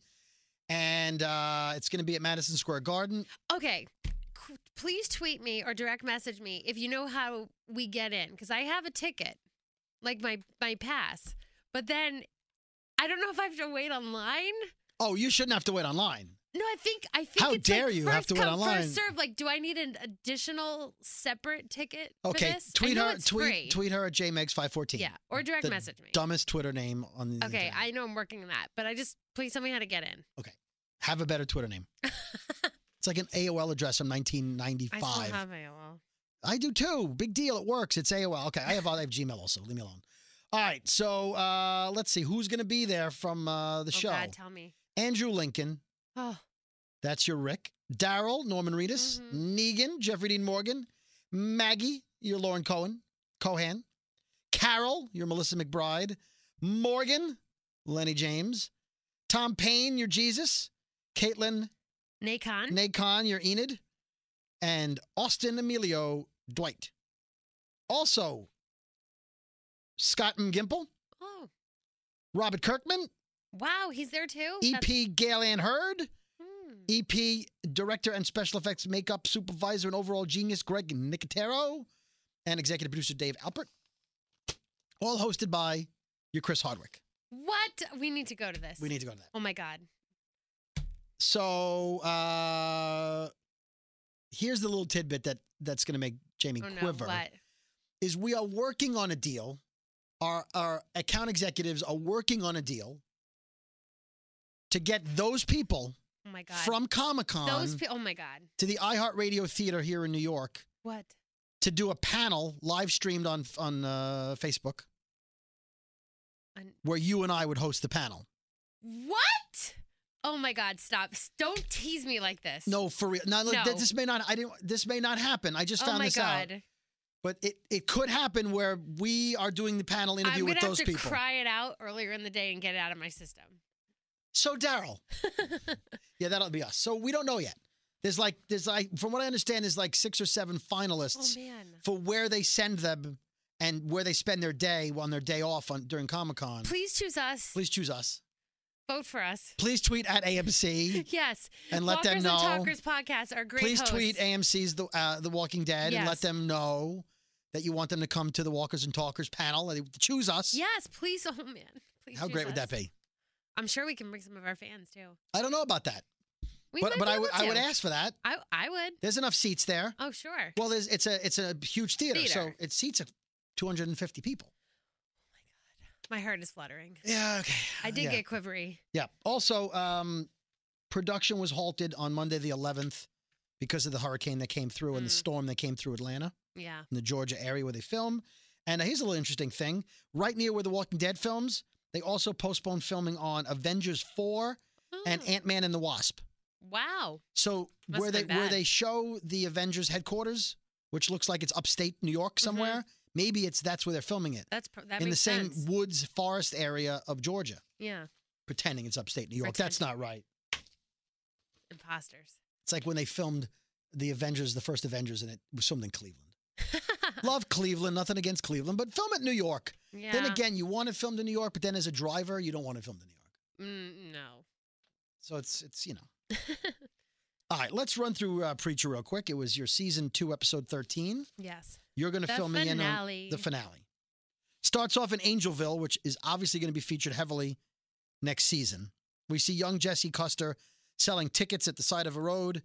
Speaker 2: And uh, it's going to be at Madison Square Garden.
Speaker 3: Okay. Qu- Please tweet me or direct message me if you know how we get in because I have a ticket, like my my pass. But then I don't know if I have to wait online.
Speaker 2: Oh, you shouldn't have to wait online.
Speaker 3: No, I think I think.
Speaker 2: How
Speaker 3: it's like
Speaker 2: dare you have
Speaker 3: first
Speaker 2: to wait
Speaker 3: come,
Speaker 2: online.
Speaker 3: First serve. Like, do I need an additional separate ticket? for
Speaker 2: Okay,
Speaker 3: this? I
Speaker 2: tweet
Speaker 3: know
Speaker 2: her.
Speaker 3: It's
Speaker 2: Tweet
Speaker 3: free.
Speaker 2: tweet her at jmegs514.
Speaker 3: Yeah, or direct
Speaker 2: The
Speaker 3: message me.
Speaker 2: Dumbest Twitter name on the
Speaker 3: Okay,
Speaker 2: internet.
Speaker 3: I know I'm working on that, but I just please tell me how to get in.
Speaker 2: have a better Twitter name. it's like an AOL address from 1995.
Speaker 3: I still have AOL. Oh,
Speaker 2: I do too. Big deal. It works. It's AOL. Okay, I have I have Gmail also. Leave me alone. All right, so uh, let's see who's going to be there from uh, the
Speaker 3: oh
Speaker 2: show.
Speaker 3: God, tell me.
Speaker 2: Andrew Lincoln.
Speaker 3: Oh,
Speaker 2: That's your Rick. Daryl, Norman Reedus. Negan, Jeffrey Dean Morgan. Maggie, you're Lauren Cohen. Cohan. Carol, you're Melissa McBride. Morgan, Lenny James. Tom Payne, you're Jesus. Caitlin
Speaker 3: Nacon.
Speaker 2: Nacon, you're Enid. And Austin Emilio Dwight. Also, Scott M. Gimple,
Speaker 3: oh,
Speaker 2: Robert Kirkman,
Speaker 3: wow, he's there too. That's-
Speaker 2: EP Gail Ann Hurd,
Speaker 3: hmm.
Speaker 2: EP, E director and special effects makeup supervisor and overall genius Greg Nicotero, and executive producer Dave Alpert. All hosted by your Chris Hardwick.
Speaker 3: What? We need to go to this.
Speaker 2: We need to go to that.
Speaker 3: Oh my God.
Speaker 2: So uh here's the little tidbit that that's going to make Jamie
Speaker 3: Oh no.
Speaker 2: quiver
Speaker 3: What?
Speaker 2: is we are working on a deal. Our our account executives are working on a deal to get those people
Speaker 3: Oh my God.
Speaker 2: from Comic
Speaker 3: those.
Speaker 2: Con
Speaker 3: Pe- oh my God.
Speaker 2: to the iHeartRadio Theater here in New York
Speaker 3: What?
Speaker 2: to do a panel live streamed on on uh, Facebook
Speaker 3: An-
Speaker 2: where you and I would host the panel.
Speaker 3: What? Oh my God! Stop! S- Don't tease me like this.
Speaker 2: No, for real. Now, look, th-
Speaker 3: No.
Speaker 2: this may not. I didn't. This may not happen. I just
Speaker 3: Oh
Speaker 2: found
Speaker 3: my
Speaker 2: this
Speaker 3: God.
Speaker 2: out. But it it could happen where we are doing the panel interview
Speaker 3: I'm gonna
Speaker 2: with those
Speaker 3: have to
Speaker 2: people.
Speaker 3: cry it out earlier in the day and get it out of my system. Oh,
Speaker 2: So Daryl. yeah, that'll be us. So we don't know yet. There's like there's like from what I understand there's like six or seven
Speaker 3: Oh
Speaker 2: finalists
Speaker 3: man.
Speaker 2: for where they send them and where they spend their day on their day off on during Comic Con.
Speaker 3: Please choose us.
Speaker 2: Please choose us.
Speaker 3: Vote for us.
Speaker 2: Please tweet at AMC.
Speaker 3: Yes.
Speaker 2: And let them
Speaker 3: Walkers
Speaker 2: know.
Speaker 3: And Talkers podcast are great.
Speaker 2: Please
Speaker 3: hosts.
Speaker 2: tweet AMC's The uh, The Walking Dead and
Speaker 3: Yes.
Speaker 2: let them know that you want them to come to the Walkers and Talkers panel and they choose us.
Speaker 3: Yes, please. Oh man. Please
Speaker 2: How
Speaker 3: choose
Speaker 2: great would
Speaker 3: us.
Speaker 2: that be?
Speaker 3: I'm sure we can bring some of our fans too.
Speaker 2: I don't know about that.
Speaker 3: We
Speaker 2: but
Speaker 3: might
Speaker 2: but
Speaker 3: be
Speaker 2: I would
Speaker 3: able
Speaker 2: I would
Speaker 3: to.
Speaker 2: ask for that.
Speaker 3: I, I would.
Speaker 2: There's enough seats there.
Speaker 3: Oh, sure.
Speaker 2: Well, there's it's a it's a huge theater, so
Speaker 3: Theater.
Speaker 2: it seats a 250 people.
Speaker 3: My heart is fluttering.
Speaker 2: Yeah. Okay.
Speaker 3: I did
Speaker 2: yeah.
Speaker 3: get quivery.
Speaker 2: Yeah. Also, um, production was halted on Monday the 11th because of the hurricane that came through and the
Speaker 3: Mm.
Speaker 2: storm that came through Atlanta
Speaker 3: Yeah.
Speaker 2: in the Georgia area where they film. And uh, here's a little interesting thing: right near where the Walking Dead films, they also postponed filming on Avengers 4 and
Speaker 3: Oh,
Speaker 2: Ant Man and the Wasp.
Speaker 3: wow.
Speaker 2: So
Speaker 3: Must
Speaker 2: where they
Speaker 3: have been
Speaker 2: where
Speaker 3: bad.
Speaker 2: they show the Avengers headquarters, which looks like it's upstate New York somewhere, maybe it's that's where they're filming it
Speaker 3: That's pr- Mm-hmm. that
Speaker 2: in the
Speaker 3: makes
Speaker 2: same
Speaker 3: sense.
Speaker 2: woods forest area of Georgia,
Speaker 3: yeah.
Speaker 2: pretending it's upstate New York. That's not right.
Speaker 3: Imposters.
Speaker 2: It's like when they filmed the Avengers, the first Avengers, and it was filmed in Cleveland. Love Cleveland, nothing against Cleveland, but film it in New York.
Speaker 3: yeah.
Speaker 2: Then again, you want it filmed in New York, but then as a driver, you don't want it filmed in New York.
Speaker 3: Mm, no.
Speaker 2: So it's it's you know. All right, let's run through uh, Preacher real quick. It was your season two, episode thirteen.
Speaker 3: Yes.
Speaker 2: You're going to
Speaker 3: The
Speaker 2: fill me in on
Speaker 3: finale.
Speaker 2: the finale. Starts off in Angelville, which is obviously going to be featured heavily next season. We see young Jesse Custer selling tickets at the side of a road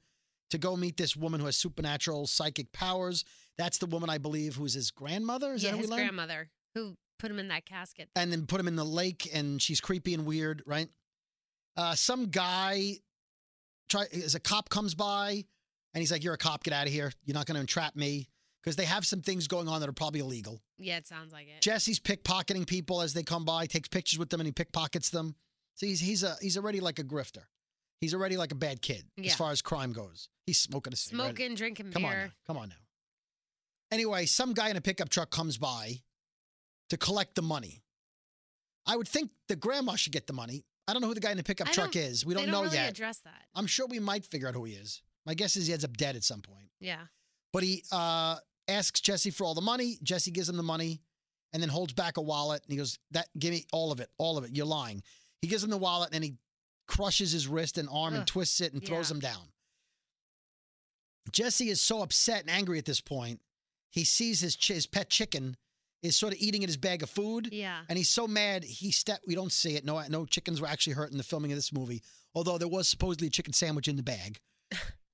Speaker 2: to go meet this woman who has supernatural psychic powers. That's the woman I believe who's his grandmother. Is
Speaker 3: yeah,
Speaker 2: that who
Speaker 3: his
Speaker 2: we learned?
Speaker 3: grandmother who put him in that casket.
Speaker 2: and then put him in the lake and she's creepy and weird right uh some guy try as a cop comes by and he's like you're a cop get out of here you're not going to entrap me because they have some things going on that are probably illegal
Speaker 3: Yeah, it sounds like it.
Speaker 2: jesse's pickpocketing people as they come by takes pictures with them and he pickpockets them so he's he's a he's already like a grifter he's already like a bad kid as
Speaker 3: Yeah.
Speaker 2: far as crime goes he's smoking a cigarette
Speaker 3: Smoking, drinking
Speaker 2: Come on, now.
Speaker 3: beer.
Speaker 2: come on now. Anyway, some guy in a pickup truck comes by to collect the money. I would think the grandma should get the money. I don't know who the guy in the pickup
Speaker 3: I
Speaker 2: truck
Speaker 3: don't-
Speaker 2: is. We don't,
Speaker 3: they don't
Speaker 2: know
Speaker 3: really
Speaker 2: yet.
Speaker 3: address that.
Speaker 2: I'm sure we might figure out who he is. My guess is he ends up dead at some point.
Speaker 3: Yeah.
Speaker 2: But he uh, asks Jesse for all the money. Jesse gives him the money, and then holds back a wallet. And he goes, "That give me all of it, all of it. You're lying." He gives him the wallet, and he crushes his wrist and arm and
Speaker 3: Ugh,
Speaker 2: twists it and throws
Speaker 3: yeah.
Speaker 2: him down. Jesse is so upset and angry at this point. He sees his ch- his pet chicken is sort of eating at his bag of food.
Speaker 3: Yeah.
Speaker 2: And he's so mad he step. We don't see it. No, no chickens were actually hurt in the filming of this movie. Although there was supposedly a chicken sandwich in the bag,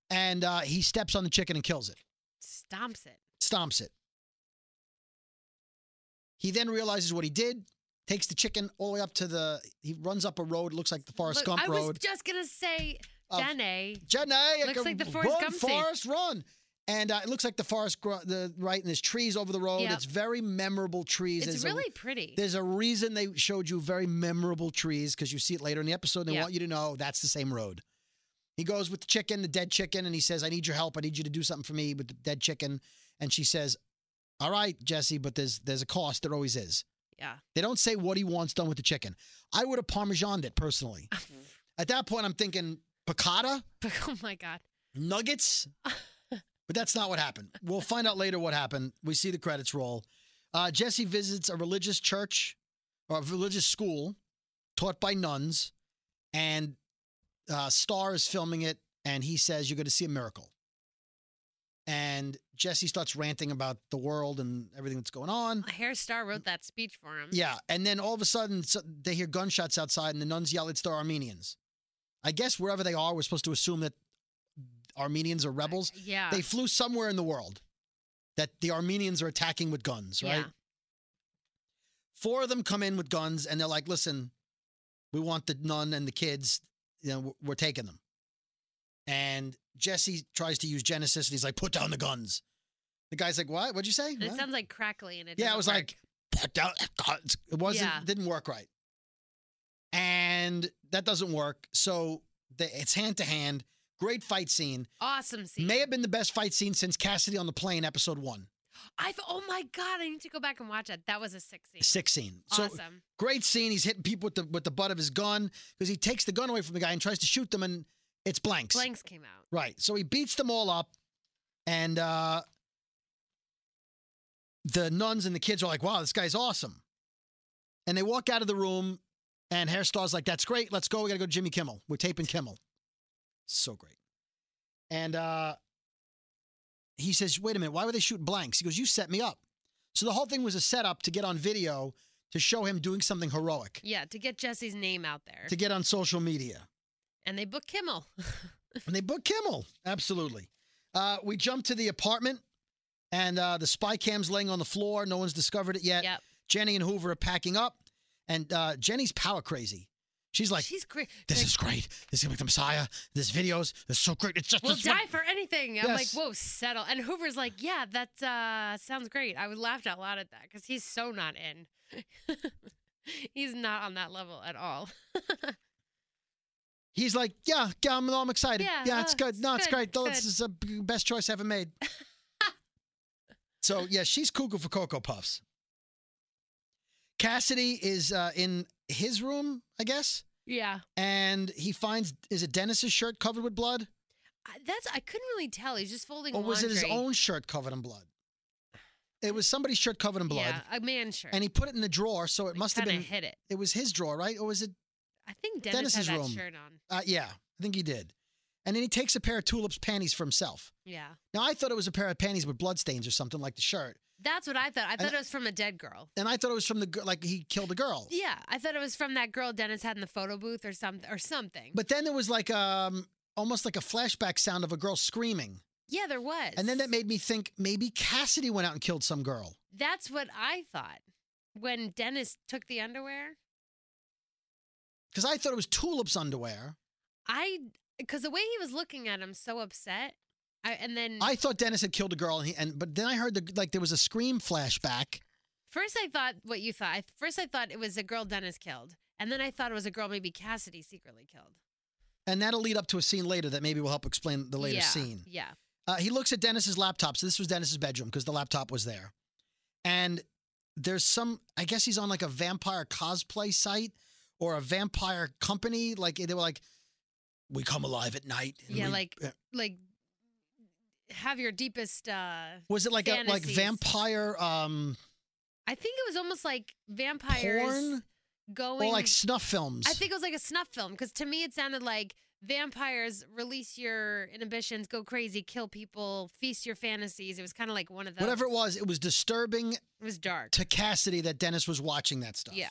Speaker 2: and uh, he steps on the chicken and kills it,
Speaker 3: Stomps it.
Speaker 2: stomps it. He then realizes what he did, takes the chicken all the way up to the. He runs up a road. Looks like the Forrest
Speaker 3: Look,
Speaker 2: Gump
Speaker 3: I was
Speaker 2: road.
Speaker 3: just gonna say,
Speaker 2: of-
Speaker 3: Dene.
Speaker 2: Jenny, I
Speaker 3: Looks
Speaker 2: can
Speaker 3: like the Forrest
Speaker 2: run,
Speaker 3: Gump scene.
Speaker 2: Forrest, run. And uh, it looks like the forest, gr- the right, and there's trees over the road.
Speaker 3: Yep.
Speaker 2: It's very memorable trees.
Speaker 3: It's
Speaker 2: There's a-
Speaker 3: really pretty.
Speaker 2: there's a reason they showed you very memorable trees because you see it later in the episode. And they
Speaker 3: Yeah.
Speaker 2: want you to know that's the same road. He goes with the chicken, the dead chicken, and he says, I need your help. I need you to do something for me with the dead chicken. And she says, All right, Jesse, but there's there's a cost. There always is.
Speaker 3: yeah.
Speaker 2: They don't say what he wants done with the chicken. I would have parmesaned it personally. At that point, I'm thinking piccata,
Speaker 3: oh my god.
Speaker 2: nuggets. but that's not what happened. We'll find out later what happened. We see the credits roll. Uh, Jesse visits a religious church or a religious school taught by nuns, and uh, Star is filming it, and he says, You're going to see a miracle. And Jesse starts ranting about the world and everything that's going on.
Speaker 3: Hair Star wrote that speech for him.
Speaker 2: Yeah, and then all of a sudden so- they hear gunshots outside, and the nuns yell, "It's the Armenians." I guess wherever they are, we're supposed to assume that Armenians are rebels.
Speaker 3: Yeah.
Speaker 2: They flew somewhere in the world that the Armenians are attacking with guns, right?
Speaker 3: Yeah.
Speaker 2: Four of them come in with guns, and they're like, "Listen, we want the nun and the kids. You know, we're- we're taking them." And Jesse tries to use Genesis, and he's like, "Put down the guns." The guy's like, "What? What'd you say?"
Speaker 3: And it
Speaker 2: What?"
Speaker 3: sounds like crackly and it.
Speaker 2: yeah,
Speaker 3: doesn't
Speaker 2: it was
Speaker 3: work.
Speaker 2: like "Put down the guns." it wasn't
Speaker 3: Yeah.
Speaker 2: didn't work right, and that doesn't work. So they, it's hand to hand. Great fight scene.
Speaker 3: awesome scene.
Speaker 2: May have been the best fight scene since Cassidy on the plane, episode one,
Speaker 3: I th- oh my god, I need to go back and watch it. That was a sick scene.
Speaker 2: six scene. So
Speaker 3: Awesome.
Speaker 2: great scene. He's hitting people with the with the butt of his gun because he takes the gun away from the guy and tries to shoot them, and it's blanks.
Speaker 3: Blanks came out.
Speaker 2: Right. So he beats them all up, and uh, the nuns and the kids are like, "Wow, this guy's awesome," and they walk out of the room, and Hairstar's like, "That's great. Let's go. We gotta go to Jimmy Kimmel. We're taping Kimmel. So great." And uh, he says, "Wait a minute. Why were they shooting blanks?" He goes, "You set me up." So the whole thing was a setup to get on video to show him doing something heroic,
Speaker 3: Yeah, to get Jesse's name out there.
Speaker 2: to get on social media.
Speaker 3: and they book Kimmel.
Speaker 2: And they booked Kimmel. Absolutely. Uh, we jump to the apartment, and uh, the spy cam's laying on the floor. No one's discovered it yet.
Speaker 3: Yep.
Speaker 2: Jenny and Hoover are packing up, and uh, Jenny's power crazy. She's like,
Speaker 3: She's great.
Speaker 2: "This is great. This is gonna be the Messiah. This videos. This is so great. It's just
Speaker 3: We'll
Speaker 2: it's what-
Speaker 3: die for anything. I'm
Speaker 2: Yes.
Speaker 3: like, whoa, settle. And Hoover's like, yeah, that uh, sounds great. I would laughed out loud at that because he's so not in. he's not on that level at all.
Speaker 2: He's like, "Yeah, yeah, I'm, I'm excited. Yeah,
Speaker 3: Yeah,
Speaker 2: it's
Speaker 3: uh,
Speaker 2: good.
Speaker 3: it's
Speaker 2: No, it's
Speaker 3: good,
Speaker 2: great. Though
Speaker 3: good.
Speaker 2: This is the b- best choice I ever made." so yeah, she's cuckoo for cocoa puffs. Cassidy is uh, in his room, I guess.
Speaker 3: Yeah,
Speaker 2: and he finds is it Dennis's shirt covered with blood,
Speaker 3: I- that's I couldn't really tell. He's just folding.
Speaker 2: or was it his
Speaker 3: laundry.
Speaker 2: own shirt covered in blood? It was somebody's shirt covered in blood,
Speaker 3: Yeah, a man shirt.
Speaker 2: and he put it in the drawer, so it must have
Speaker 3: kinda
Speaker 2: been
Speaker 3: hit it.
Speaker 2: it was his drawer, right? Or was it?
Speaker 3: I think Dennis
Speaker 2: Dennis's
Speaker 3: had that
Speaker 2: room.
Speaker 3: shirt on.
Speaker 2: Uh, yeah, I think he did. And then he takes a pair of tulips panties for himself.
Speaker 3: Yeah,
Speaker 2: Now I thought it was a pair of panties with blood stains or something like the shirt,
Speaker 3: that's what I thought. I thought
Speaker 2: And-
Speaker 3: it was from a dead girl.
Speaker 2: and I thought it was from the gir- like he killed a girl.
Speaker 3: Yeah, I thought it was from that girl Dennis had in the photo booth or something or something.
Speaker 2: But then there was like um almost like a flashback sound of a girl screaming,
Speaker 3: yeah, there was.
Speaker 2: and then that made me think maybe Cassidy went out and killed some girl.
Speaker 3: That's what I thought when Dennis took the underwear.
Speaker 2: Because I thought it was tulips underwear.
Speaker 3: I because the way he was looking at him, so upset. I, and then
Speaker 2: I thought Dennis had killed a girl, and, he, and but then I heard the, like there was a scream flashback.
Speaker 3: first I thought what you thought. I, first I thought it was a girl Dennis killed, and then I thought it was a girl maybe Cassidy secretly killed.
Speaker 2: And that'll lead up to a scene later that maybe will help explain the later
Speaker 3: yeah,
Speaker 2: scene.
Speaker 3: Yeah.
Speaker 2: Uh, he looks at Dennis's laptop. So this was Dennis's bedroom because the laptop was there. And there's some, I guess he's on like a vampire cosplay site or a vampire company. Like they were like, we come alive at night. and
Speaker 3: Yeah,
Speaker 2: we-"
Speaker 3: like- Like have your deepest. uh
Speaker 2: was it like a like
Speaker 3: fantasies.
Speaker 2: vampire um
Speaker 3: I think it was almost like vampires
Speaker 2: porn
Speaker 3: going.
Speaker 2: or like snuff films?
Speaker 3: I think it was like a snuff film because to me it sounded like vampires release your inhibitions, go crazy, kill people, feast your fantasies. It was kind of like one of those.
Speaker 2: whatever it was, it was disturbing
Speaker 3: It was dark.
Speaker 2: to Cassidy that Dennis was watching that stuff.
Speaker 3: Yeah.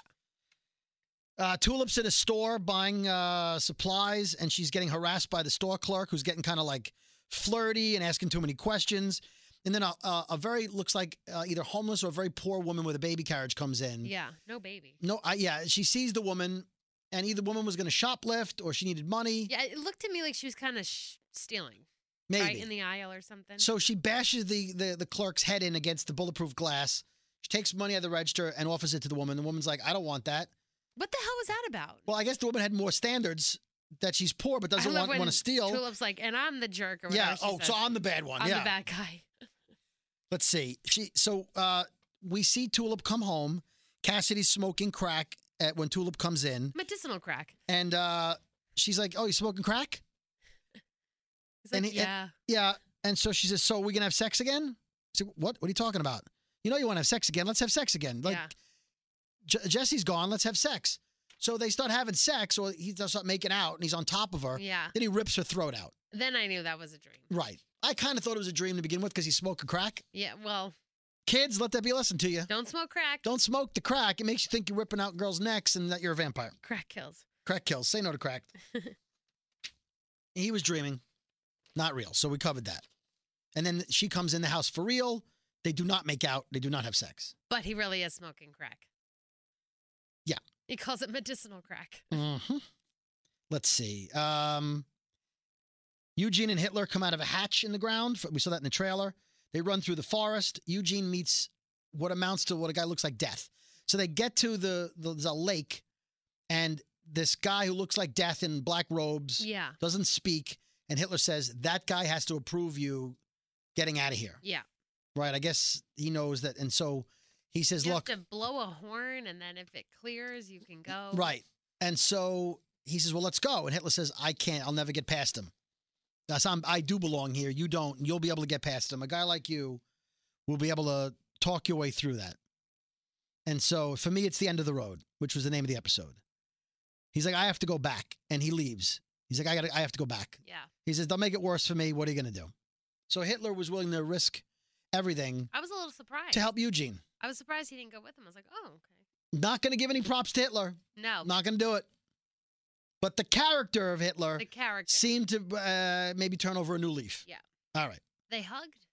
Speaker 2: Uh, Tulip's at a store buying uh, supplies, and she's getting harassed by the store clerk, who's getting kind of like flirty and asking too many questions. And then a, a, a very looks like uh, either homeless or a very poor woman with a baby carriage comes in.
Speaker 3: Yeah. No baby.
Speaker 2: No, I, yeah, she sees the woman, and either woman was going to shoplift or she needed money,
Speaker 3: Yeah, it looked to me like she was kind of sh- stealing,
Speaker 2: maybe.
Speaker 3: right in the aisle or something.
Speaker 2: so she bashes the, the the clerk's head in against the bulletproof glass. She takes money out of the register and offers it to the woman. The woman's like, "I don't want that."
Speaker 3: what the hell was that about?
Speaker 2: Well, I guess the woman had more standards that she's poor but doesn't
Speaker 3: I love
Speaker 2: want,
Speaker 3: when
Speaker 2: want to steal.
Speaker 3: Tulip's like, and I'm the jerk or whatever.
Speaker 2: yeah.
Speaker 3: she
Speaker 2: Oh,
Speaker 3: says.
Speaker 2: so I'm the bad one.
Speaker 3: I'm
Speaker 2: yeah.
Speaker 3: the bad guy.
Speaker 2: Let's see. She. So uh, we see Tulip come home. Cassidy's smoking crack at, when Tulip comes in,
Speaker 3: Medicinal crack.
Speaker 2: and uh, she's like, "Oh, you smoking crack?"
Speaker 3: He's like,
Speaker 2: And he- and- Yeah.
Speaker 3: yeah.
Speaker 2: And so she says, "So are we gonna have sex again?" I said, "What? What are you talking about? You know you want to have sex again? Let's have sex again. Like
Speaker 3: yeah.
Speaker 2: J- Jesse's gone. Let's have sex." So they start having sex, or he starts making out, and he's on top of her.
Speaker 3: Yeah.
Speaker 2: Then he rips her throat out.
Speaker 3: Then I knew that was a dream.
Speaker 2: Right. I kind of thought it was a dream to begin with because he's smoking crack.
Speaker 3: Yeah. Well,
Speaker 2: Kids, let that be a lesson to you.
Speaker 3: don't smoke crack.
Speaker 2: Don't smoke the crack. It makes you think you're ripping out girls' necks and that you're a vampire.
Speaker 3: Crack kills.
Speaker 2: Crack kills. Say no to crack. he was dreaming, not real. So we covered that. And then she comes in the house for real. They do not make out. They do not have sex.
Speaker 3: But he really is smoking crack.
Speaker 2: Yeah.
Speaker 3: He calls it medicinal crack.
Speaker 2: Mm-hmm. Let's see. Um, Eugene and Hitler come out of a hatch in the ground. We saw that in the trailer. They run through the forest. Eugene meets what amounts to what a guy looks like death. So they get to the, the, the lake, and this guy who looks like death in black robes
Speaker 3: Yeah.
Speaker 2: doesn't speak. And Hitler says, That guy has to approve you getting out of here.
Speaker 3: Yeah.
Speaker 2: Right. I guess he knows that. And so he says,
Speaker 3: You
Speaker 2: Look,
Speaker 3: have to blow a horn, and then if it clears, you can go.
Speaker 2: Right. And so he says, "Well, let's go." And Hitler says, "I can't. I'll never get past him. That's I'm, I do belong here. You don't. You'll be able to get past him. A guy like you will be able to talk your way through that." And so for me, it's the end of the road, which was the name of the episode. He's like, "I have to go back," and he leaves. He's like, "I got. to I have to go back."
Speaker 3: Yeah.
Speaker 2: He says, "Don't make it worse for me. What are you going to do?" So Hitler was willing to risk everything
Speaker 3: I was a little surprised.
Speaker 2: to help Eugene.
Speaker 3: I was surprised he didn't go with him. I was like, oh, okay.
Speaker 2: Not going to give any props to Hitler.
Speaker 3: No.
Speaker 2: Not going to do it. But the character of Hitler
Speaker 3: The character.
Speaker 2: seemed to uh, maybe turn over a new leaf.
Speaker 3: Yeah.
Speaker 2: All right.
Speaker 3: They hugged.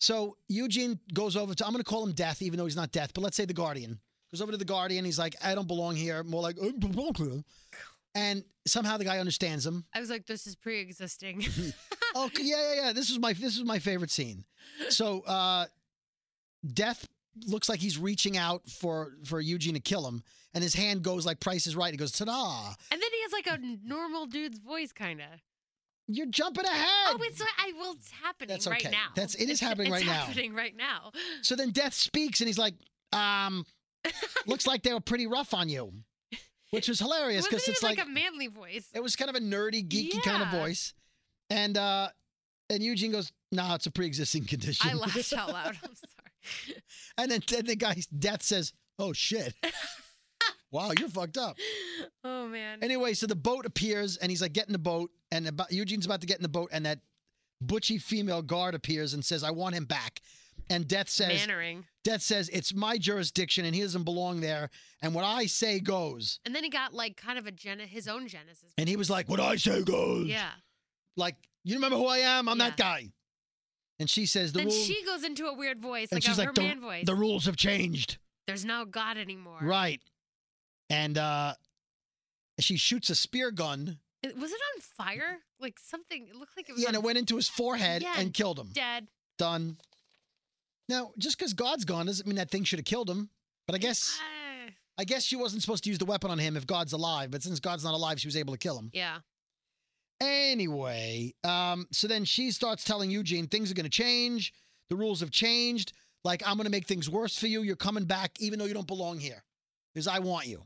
Speaker 2: So Eugene goes over to, I'm going to call him Death, even though he's not Death, but let's say The Guardian. Goes over to The Guardian. He's like, I don't belong here. More like, I don't belong here. And somehow the guy understands him.
Speaker 3: I was like, this is pre-existing.
Speaker 2: Oh yeah, yeah, yeah. This is my this is my favorite scene. So uh Death looks like he's reaching out for for Eugene to kill him, and his hand goes like Price is Right. He goes, "Ta-da!
Speaker 3: and then he has like a normal dude's voice, kind of.
Speaker 2: You're jumping ahead."
Speaker 3: Oh, it's I will. It's happening
Speaker 2: That's
Speaker 3: right
Speaker 2: okay.
Speaker 3: now.
Speaker 2: That's- it is
Speaker 3: It's-
Speaker 2: happening right
Speaker 3: it's
Speaker 2: now.
Speaker 3: Happening right now.
Speaker 2: so then Death speaks, and he's like, "Um, looks like they were pretty rough on you," which was hilarious
Speaker 3: Wasn't
Speaker 2: because
Speaker 3: it
Speaker 2: it's
Speaker 3: like,
Speaker 2: like,
Speaker 3: a manly voice?
Speaker 2: it was kind of a nerdy, geeky kind of
Speaker 3: Yeah.
Speaker 2: voice, and uh and Eugene goes, "Nah, it's a pre-existing condition."
Speaker 3: I laughed out loud. I'm sorry.
Speaker 2: and then, then the guy Death says, "Oh shit." Wow, you're fucked up.
Speaker 3: Oh man.
Speaker 2: Anyway, so the boat appears, and he's like, "Get in the boat." And about, Eugene's about to get in the boat, and that butchy female guard appears and says, "I want him back." And Death says,
Speaker 3: Mannering.
Speaker 2: "Death says it's my jurisdiction, and he doesn't belong there. And what I say goes."
Speaker 3: And then he got like kind of a gen- his own Genesis.
Speaker 2: And he was like, "What I say goes."
Speaker 3: Yeah.
Speaker 2: Like, you remember who I am? I'm that
Speaker 3: Yeah.
Speaker 2: guy. And she says, "The
Speaker 3: then
Speaker 2: rules."
Speaker 3: she goes into a weird voice,
Speaker 2: and
Speaker 3: like
Speaker 2: she's
Speaker 3: a,
Speaker 2: like,
Speaker 3: her
Speaker 2: the,
Speaker 3: man voice.
Speaker 2: "The rules have changed."
Speaker 3: There's no God anymore.
Speaker 2: Right. And uh, she shoots a spear gun,
Speaker 3: It- was it on fire? Like something? It looked like it was
Speaker 2: yeah,
Speaker 3: on
Speaker 2: and it went into his forehead
Speaker 3: Yeah,
Speaker 2: and killed him.
Speaker 3: dead.
Speaker 2: done. Now, just because God's gone doesn't mean that thing should have killed him. But I guess
Speaker 3: Ah,
Speaker 2: I guess she wasn't supposed to use the weapon on him if God's alive. But since God's not alive, she was able to kill him.
Speaker 3: yeah.
Speaker 2: Anyway, um, so then she starts telling Eugene things are going to change. The rules have changed. Like I'm going to make things worse for you. You're coming back, even though you don't belong here, because I want you.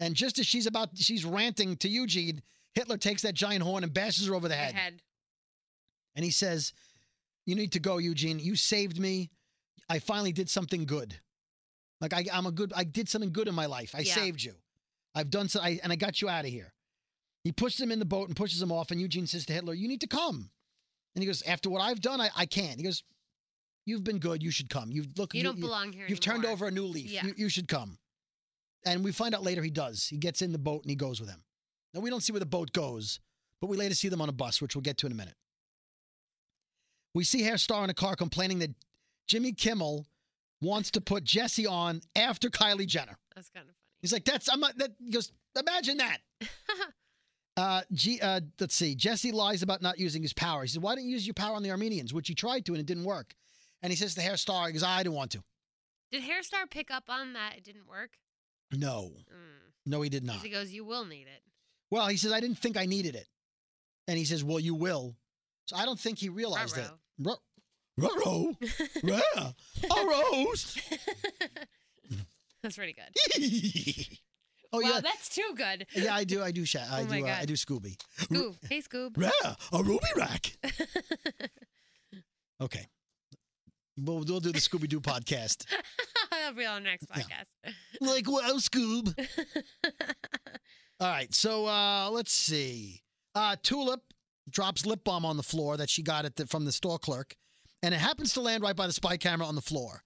Speaker 2: And just as she's about, she's ranting to Eugene. Hitler takes that giant horn and bashes her over the
Speaker 3: my
Speaker 2: head.
Speaker 3: Head.
Speaker 2: And he says, You need to go, Eugene. You saved me. I finally did something good. Like I, I'm a good I did something good in my life. I
Speaker 3: Yeah.
Speaker 2: saved you. I've done so I, and I got you out of here. He pushes him in the boat and pushes him off, and Eugene says to Hitler, You need to come. And he goes, After what I've done, I, I can't. He goes, You've been good, you should come. You've look
Speaker 3: You, don't belong here.
Speaker 2: You've turned
Speaker 3: anymore.
Speaker 2: over a new leaf.
Speaker 3: Yeah.
Speaker 2: You, you should come. And we find out later he does. He gets in the boat and he goes with him. Now, we don't see where the boat goes, but we later see them on a bus, which we'll get to in a minute. We see Hair Star in a car complaining that Jimmy Kimmel wants to put Jesse on after Kylie Jenner.
Speaker 3: That's kind of funny.
Speaker 2: He's like, that's, I'm not, that, he goes, imagine that. Uh, G, uh, let's see. Jesse lies about not using his power. He says, "Why didn't you use your power on the Armenians?" Which he tried to, and it didn't work. And he says to Hair Star, "Because I didn't want to."
Speaker 3: Did Hairstar pick up on that? It didn't work.
Speaker 2: No,
Speaker 3: Mm.
Speaker 2: no, he did not.
Speaker 3: 'Cause He goes, "You will need it."
Speaker 2: Well, he says, I didn't think I needed it. And he says, Well, you will. So I don't think he realized that.
Speaker 3: Ruh-roh.
Speaker 2: Ruh- Ruh-roh. Yeah. A roast.
Speaker 3: That's pretty good.
Speaker 2: oh,
Speaker 3: wow,
Speaker 2: yeah.
Speaker 3: that's too good.
Speaker 2: yeah, I do. I do. Sha- I,
Speaker 3: Oh my
Speaker 2: do uh, I
Speaker 3: God.
Speaker 2: do Scooby.
Speaker 3: Scoob. Hey, Scoob.
Speaker 2: Yeah. A ruby rack. Okay. We'll, we'll do the Scooby Doo podcast.
Speaker 3: That'll be on next
Speaker 2: Yeah.
Speaker 3: podcast.
Speaker 2: Like, wow, Scoob. All right. So uh, let's see. Uh, Tulip drops lip balm on the floor that she got at the, from the store clerk, and it happens to land right by the spy camera on the floor.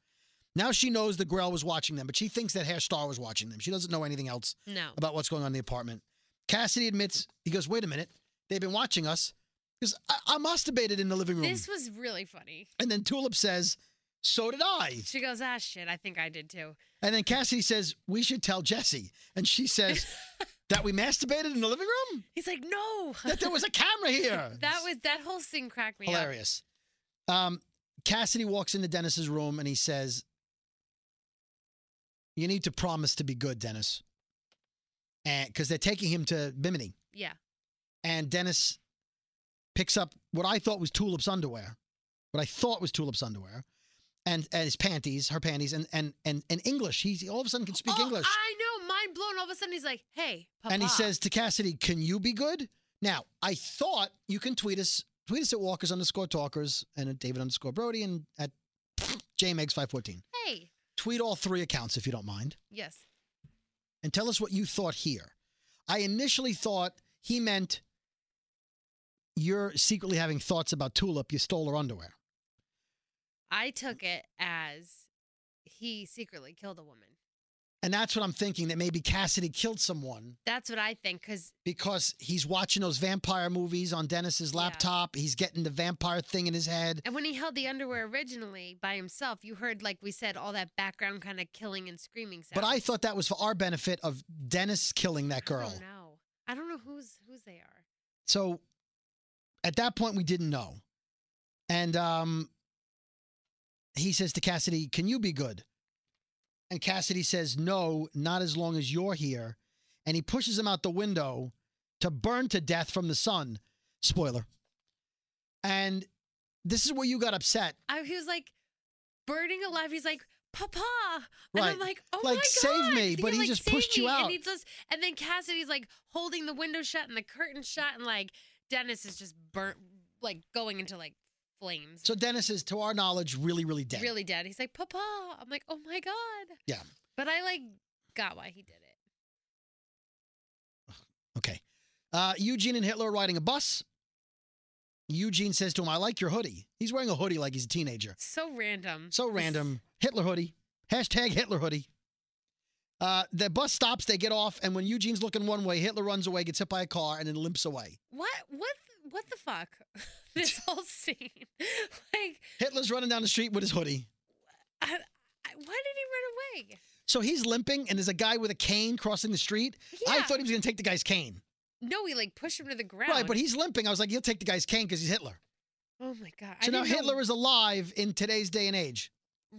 Speaker 2: Now she knows the Grail was watching them, but she thinks that Hair Star was watching them. She doesn't know anything else
Speaker 3: No.
Speaker 2: about what's going on in the apartment. Cassidy admits, he goes, Wait a minute. They've been watching us. Because I, I masturbated in the living room.
Speaker 3: This was really funny.
Speaker 2: and then Tulip says, So did I.
Speaker 3: She goes, ah, shit, I think I did too.
Speaker 2: And then Cassidy says, We should tell Jesse. And she says, That we masturbated in the living room?
Speaker 3: He's like, no.
Speaker 2: That there was a camera here.
Speaker 3: That was that whole scene cracked me up.
Speaker 2: hilarious. Um, Cassidy walks into Dennis's room and he says, "You need to promise to be good, Dennis," and because they're taking him to Bimini,
Speaker 3: Yeah.
Speaker 2: and Dennis picks up what I thought was Tulip's underwear, what I thought was Tulip's underwear, and, and his panties, her panties, and and and, and English. He all of a sudden can speak
Speaker 3: Oh,
Speaker 2: English,
Speaker 3: I know, mind blown. All of a sudden he's like, hey, papa.
Speaker 2: and he says to Cassidy, "Can you be good?" Now, I thought you can tweet us, tweet us at Walkers underscore Talkers and at David underscore Brody and at JMegs five fourteen.
Speaker 3: Hey.
Speaker 2: Tweet all three accounts if you don't mind,
Speaker 3: Yes.
Speaker 2: and tell us what you thought here. I initially thought he meant you're secretly having thoughts about Tulip. You stole her underwear.
Speaker 3: I took it as he secretly killed a woman.
Speaker 2: And that's what I'm thinking that maybe Cassidy killed someone
Speaker 3: That's what I think. Because
Speaker 2: because he's watching those vampire movies on Dennis's
Speaker 3: Yeah.
Speaker 2: laptop. He's getting the vampire thing in his head.
Speaker 3: and when he held the underwear originally by himself, you heard like we said all that background kind of killing and screaming sound.
Speaker 2: But I thought that was for our benefit of Dennis killing that
Speaker 3: I
Speaker 2: girl.
Speaker 3: don't know. I don't know who's who's they are.
Speaker 2: So at that point, we didn't know. And um, he says to Cassidy, Can you be good? And Cassidy says, No, not as long as you're here. And he pushes him out the window to burn to death from the sun. Spoiler. And this is where you got upset.
Speaker 3: I, he was like burning alive. He's like, Papa. And
Speaker 2: Right.
Speaker 3: I'm like, oh
Speaker 2: Like,
Speaker 3: my God.
Speaker 2: save me,
Speaker 3: Yeah,
Speaker 2: but he just
Speaker 3: save
Speaker 2: pushed you
Speaker 3: me.
Speaker 2: out.
Speaker 3: And, he just, and then Cassidy's like holding the window shut and the curtain shut. And like Dennis is just burnt, like going into like flames.
Speaker 2: So Dennis is, to our knowledge, really, really dead.
Speaker 3: Really dead. He's like, Papa. I'm like, oh my God.
Speaker 2: Yeah.
Speaker 3: But I like got why he did it.
Speaker 2: Okay. Uh, Eugene and Hitler are riding a bus. Eugene says to him, I like your hoodie. He's wearing a hoodie like he's a teenager.
Speaker 3: So random.
Speaker 2: So random. Hitler hoodie. Hashtag Hitler hoodie. Uh, the bus stops, they get off, and when Eugene's looking one way, Hitler runs away, gets hit by a car, and then limps away.
Speaker 3: What? What? What the fuck? this whole scene. like,
Speaker 2: Hitler's running down the street with his hoodie.
Speaker 3: I, I, why did he run away?
Speaker 2: So he's limping, and there's a guy with a cane crossing the street. I
Speaker 3: Yeah.
Speaker 2: thought he was going to take the guy's cane.
Speaker 3: No, he like pushed him to the ground.
Speaker 2: Right, but he's limping. I was like, he'll take the guy's cane because he's Hitler.
Speaker 3: Oh my god! I
Speaker 2: So now
Speaker 3: didn't know
Speaker 2: Hitler is alive in today's day and age.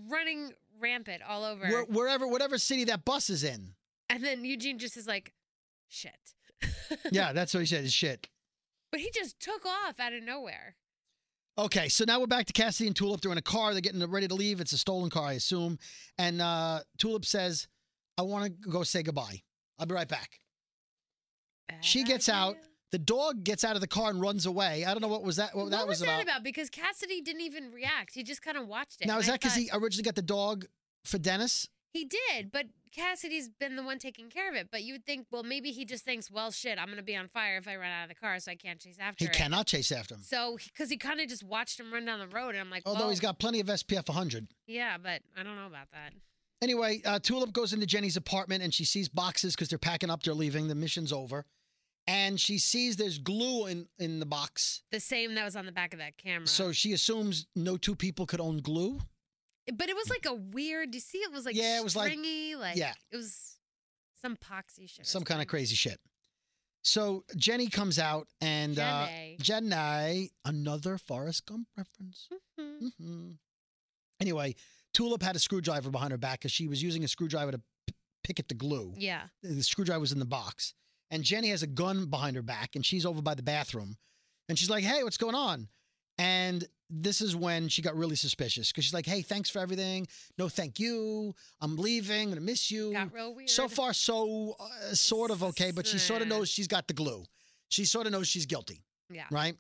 Speaker 3: running rampant all over,
Speaker 2: Where, wherever, whatever city that bus is in.
Speaker 3: and then Eugene just is like, "Shit!"
Speaker 2: Yeah, that's what he said. Is shit.
Speaker 3: But he just took off out of nowhere.
Speaker 2: Okay, so now we're back to Cassidy and Tulip. They're in a car. They're getting ready to leave. It's a stolen car, I assume. And uh, Tulip says, "I want to go say goodbye. I'll be right back."
Speaker 3: Bad
Speaker 2: She gets out.
Speaker 3: idea.
Speaker 2: The dog gets out of the car and runs away. I don't know what was that. What,
Speaker 3: What
Speaker 2: that was, about.
Speaker 3: Because Cassidy didn't even react. He just kind of watched it.
Speaker 2: Now
Speaker 3: and
Speaker 2: is
Speaker 3: I
Speaker 2: that because
Speaker 3: thought-
Speaker 2: he originally got the dog for Dennis?
Speaker 3: He did, but Cassidy's been the one taking care of it. But you would think, well, maybe he just thinks, well, shit, I'm gonna be on fire if I run out of the car, so I can't chase after
Speaker 2: He
Speaker 3: it.
Speaker 2: cannot chase after him,
Speaker 3: So, because he kind of just watched him run down the road, and I'm like,
Speaker 2: although
Speaker 3: well,
Speaker 2: he's got plenty of SPF 100.
Speaker 3: yeah, but I don't know about that.
Speaker 2: Anyway, uh, Tulip goes into Jenny's apartment and she sees boxes because they're packing up. They're leaving. The mission's over, and she sees there's glue in in the box.
Speaker 3: The same that was on the back of that camera.
Speaker 2: So she assumes no two people could own glue.
Speaker 3: But it was like a weird. Do you see? It was like
Speaker 2: Yeah, it was like-
Speaker 3: stringy. Like,
Speaker 2: yeah.
Speaker 3: it was some poxy shit. or
Speaker 2: some kind of
Speaker 3: something.
Speaker 2: crazy shit. So Jenny comes out and uh,
Speaker 3: Jenny.
Speaker 2: Jenny, another Forrest Gump reference.
Speaker 3: Mhm.
Speaker 2: hmm Anyway, Tulip had a screwdriver behind her back because she was using a screwdriver to p- pick at the glue.
Speaker 3: Yeah,
Speaker 2: The screwdriver was in the box, and Jenny has a gun behind her back, and she's over by the bathroom, and she's like, "Hey, what's going on?" And this is when she got really suspicious because she's like, "Hey, thanks for everything. No, thank you. I'm leaving. I'm gonna miss you."
Speaker 3: got real weird.
Speaker 2: So far, so uh, sort of okay, but she sort of knows she's got the glue. She sort of knows she's guilty,
Speaker 3: Yeah.
Speaker 2: right?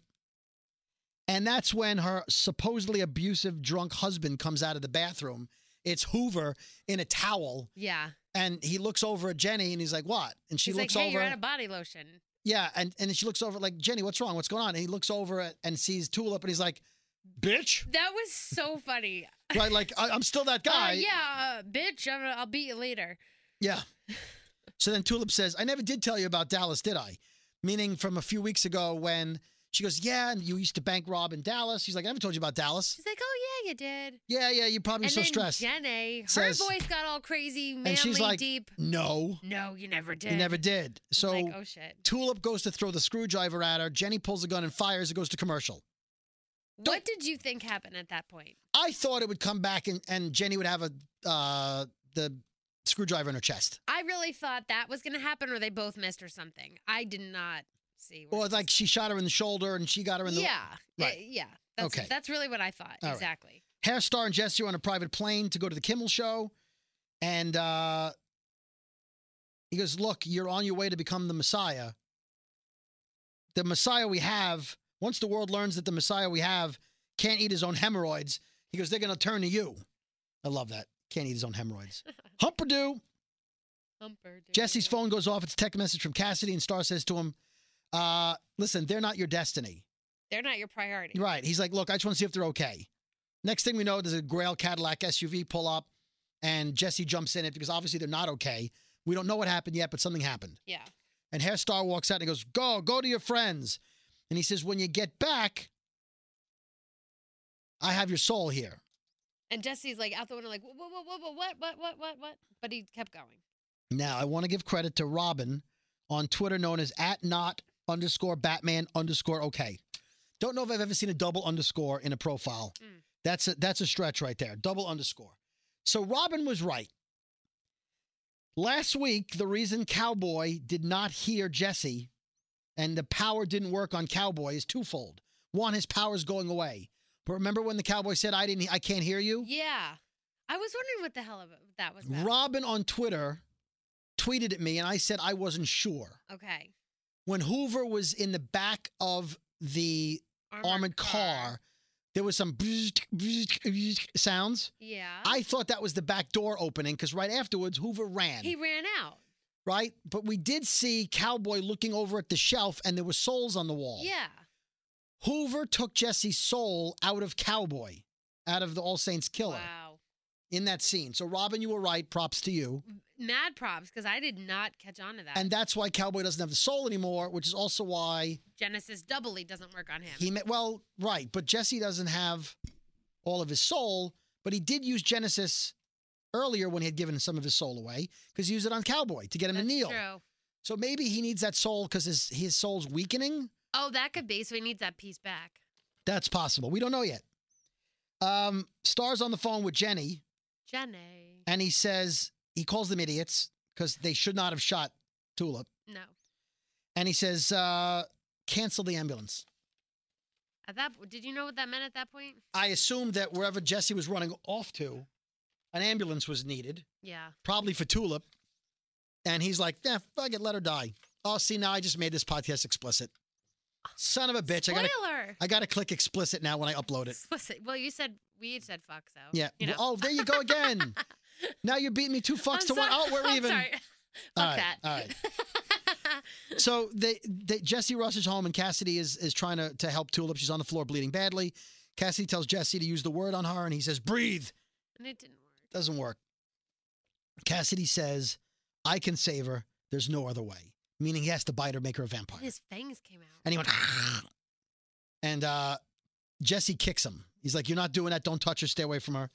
Speaker 2: And that's when her supposedly abusive drunk husband comes out of the bathroom. It's Hoover in a towel,
Speaker 3: Yeah.
Speaker 2: and he looks over at Jenny and he's like, "What?" And she
Speaker 3: He's
Speaker 2: looks
Speaker 3: like, hey,
Speaker 2: over.
Speaker 3: you're out of body lotion.
Speaker 2: yeah, and and she looks over like, "Jenny, what's wrong? What's going on?" And he looks over at, and sees Tulip, and he's like, "Bitch!"
Speaker 3: That was so funny.
Speaker 2: Right? Like I, I'm still that
Speaker 3: Uh,
Speaker 2: guy.
Speaker 3: yeah, uh, bitch. I'm, I'll beat you later.
Speaker 2: Yeah. So then Tulip says, I never did tell you about Dallas, did I? Meaning from a few weeks ago when she goes, Yeah, and you used to bank rob in Dallas. She's like, I never told you about Dallas.
Speaker 3: She's like, oh yeah, you did.
Speaker 2: Yeah, yeah, you probably were
Speaker 3: and
Speaker 2: so
Speaker 3: then
Speaker 2: stressed.
Speaker 3: Jenny, her
Speaker 2: says-
Speaker 3: voice got all crazy, manly,
Speaker 2: and she's like,
Speaker 3: deep.
Speaker 2: No,
Speaker 3: No, you never did.
Speaker 2: you never did.
Speaker 3: I'm
Speaker 2: So
Speaker 3: like, oh shit.
Speaker 2: Tulip goes to throw the screwdriver at her. Jenny pulls a gun and fires. It goes to commercial.
Speaker 3: What did you think happened at that point?
Speaker 2: I thought it would come back and, and Jenny would have a uh, the screwdriver in her chest.
Speaker 3: I really thought that was going to happen, or they both missed, or something. I did not see. where
Speaker 2: Or
Speaker 3: this
Speaker 2: like she shot her in the shoulder and she got her in the
Speaker 3: yeah, Uh,
Speaker 2: Right.
Speaker 3: yeah. That's,
Speaker 2: Okay.
Speaker 3: that's really what I thought.
Speaker 2: All right.
Speaker 3: exactly.
Speaker 2: Hair Star and Jesse are on a private plane to go to the Kimmel show. And uh, he goes, Look, you're on your way to become the Messiah. The Messiah we have, once the world learns that the Messiah we have can't eat his own hemorrhoids, he goes, They're going to turn to you. I love that. Can't eat his own hemorrhoids. Humperdoo.
Speaker 3: Humper, dude.
Speaker 2: Jesse's phone goes off. It's a text message from Cassidy, and Star says to him, uh, Listen, they're not your destiny.
Speaker 3: They're not your priority.
Speaker 2: Right. He's like, look, I just want to see if they're okay. Next thing we know, there's a Grail Cadillac SUV pull up, and Jesse jumps in it because obviously they're not okay. We don't know what happened yet, but something happened.
Speaker 3: Yeah.
Speaker 2: And Hair Star walks out and he goes, Go, go to your friends. And he says, When you get back, I have your soul here.
Speaker 3: And Jesse's like out the window, like, what, what, what, what, what, what, what, what, what? But he kept going.
Speaker 2: Now, I want to give credit to Robin on Twitter, known as at not underscore Batman underscore okay. Don't know if I've ever seen a double underscore in a profile.
Speaker 3: Mm.
Speaker 2: That's a, that's a stretch right there. Double underscore. So Robin was right. Last week, the reason Cowboy did not hear Jesse and the power didn't work on Cowboy is twofold. One, his power's going away. But remember when the Cowboy said, "I didn't, I can't hear you."
Speaker 3: Yeah. I was wondering what the hell of it- that was about.
Speaker 2: Robin on Twitter tweeted at me and I said I wasn't sure.
Speaker 3: Okay.
Speaker 2: When Hoover was in the back of the armored car, there was some sounds.
Speaker 3: Yeah.
Speaker 2: I thought that was the back door opening because right afterwards Hoover ran,
Speaker 3: he ran out.
Speaker 2: right? But we did see Cowboy looking over at the shelf and there were souls on the wall.
Speaker 3: Yeah.
Speaker 2: Hoover took Jesse's soul out of Cowboy, out of the All Saints killer
Speaker 3: Wow.
Speaker 2: in that scene. So Robin, you were right. Props to you.
Speaker 3: Mad props because I did not catch on to that.
Speaker 2: And that's why Cowboy doesn't have the soul anymore, which is also why
Speaker 3: Genesis doubly doesn't work on him.
Speaker 2: he met. Well, right, but Jesse doesn't have all of his soul, but he did use Genesis earlier when he had given some of his soul away because he used it on Cowboy to get him
Speaker 3: That's
Speaker 2: to kneel.
Speaker 3: true.
Speaker 2: So maybe he needs that soul because his, his soul's weakening.
Speaker 3: Oh, that could be. So he needs that piece back.
Speaker 2: That's possible. We don't know yet. Um, Star's on the phone with Jenny,
Speaker 3: Jenny.
Speaker 2: and he says he calls them idiots because they should not have shot Tulip,
Speaker 3: No.
Speaker 2: and he says uh, cancel the ambulance.
Speaker 3: At that, did you know what that meant at that point?
Speaker 2: I assumed that wherever Jesse was running off to, an ambulance was needed,
Speaker 3: Yeah.
Speaker 2: probably for Tulip. And he's like, nah, fuck it, let her die. Oh, see, now I just made this podcast explicit. Son of a bitch. I
Speaker 3: Spoiler.
Speaker 2: gotta I gotta click explicit now when I upload it.
Speaker 3: Explicit. Well, you said we had said fuck, so
Speaker 2: Yeah.
Speaker 3: You know.
Speaker 2: Oh, there you go again. now you're beating me two fucks to one. Oh, we're
Speaker 3: I'm
Speaker 2: even.
Speaker 3: Sorry.
Speaker 2: All
Speaker 3: Fuck
Speaker 2: right,
Speaker 3: that.
Speaker 2: all So they, they Jesse Russ is home and Cassidy is is trying to, to help Tulip. She's on the floor bleeding badly. Cassidy tells Jesse to use the word on her and he says, breathe.
Speaker 3: and it didn't work.
Speaker 2: doesn't work. Cassidy says, I can save her. There's no other way. Meaning he has to bite her, make her a vampire.
Speaker 3: And his fangs came out.
Speaker 2: And he went, "Ah." and uh, Jesse kicks him. He's like, You're not doing that. Don't touch her. Stay away from her.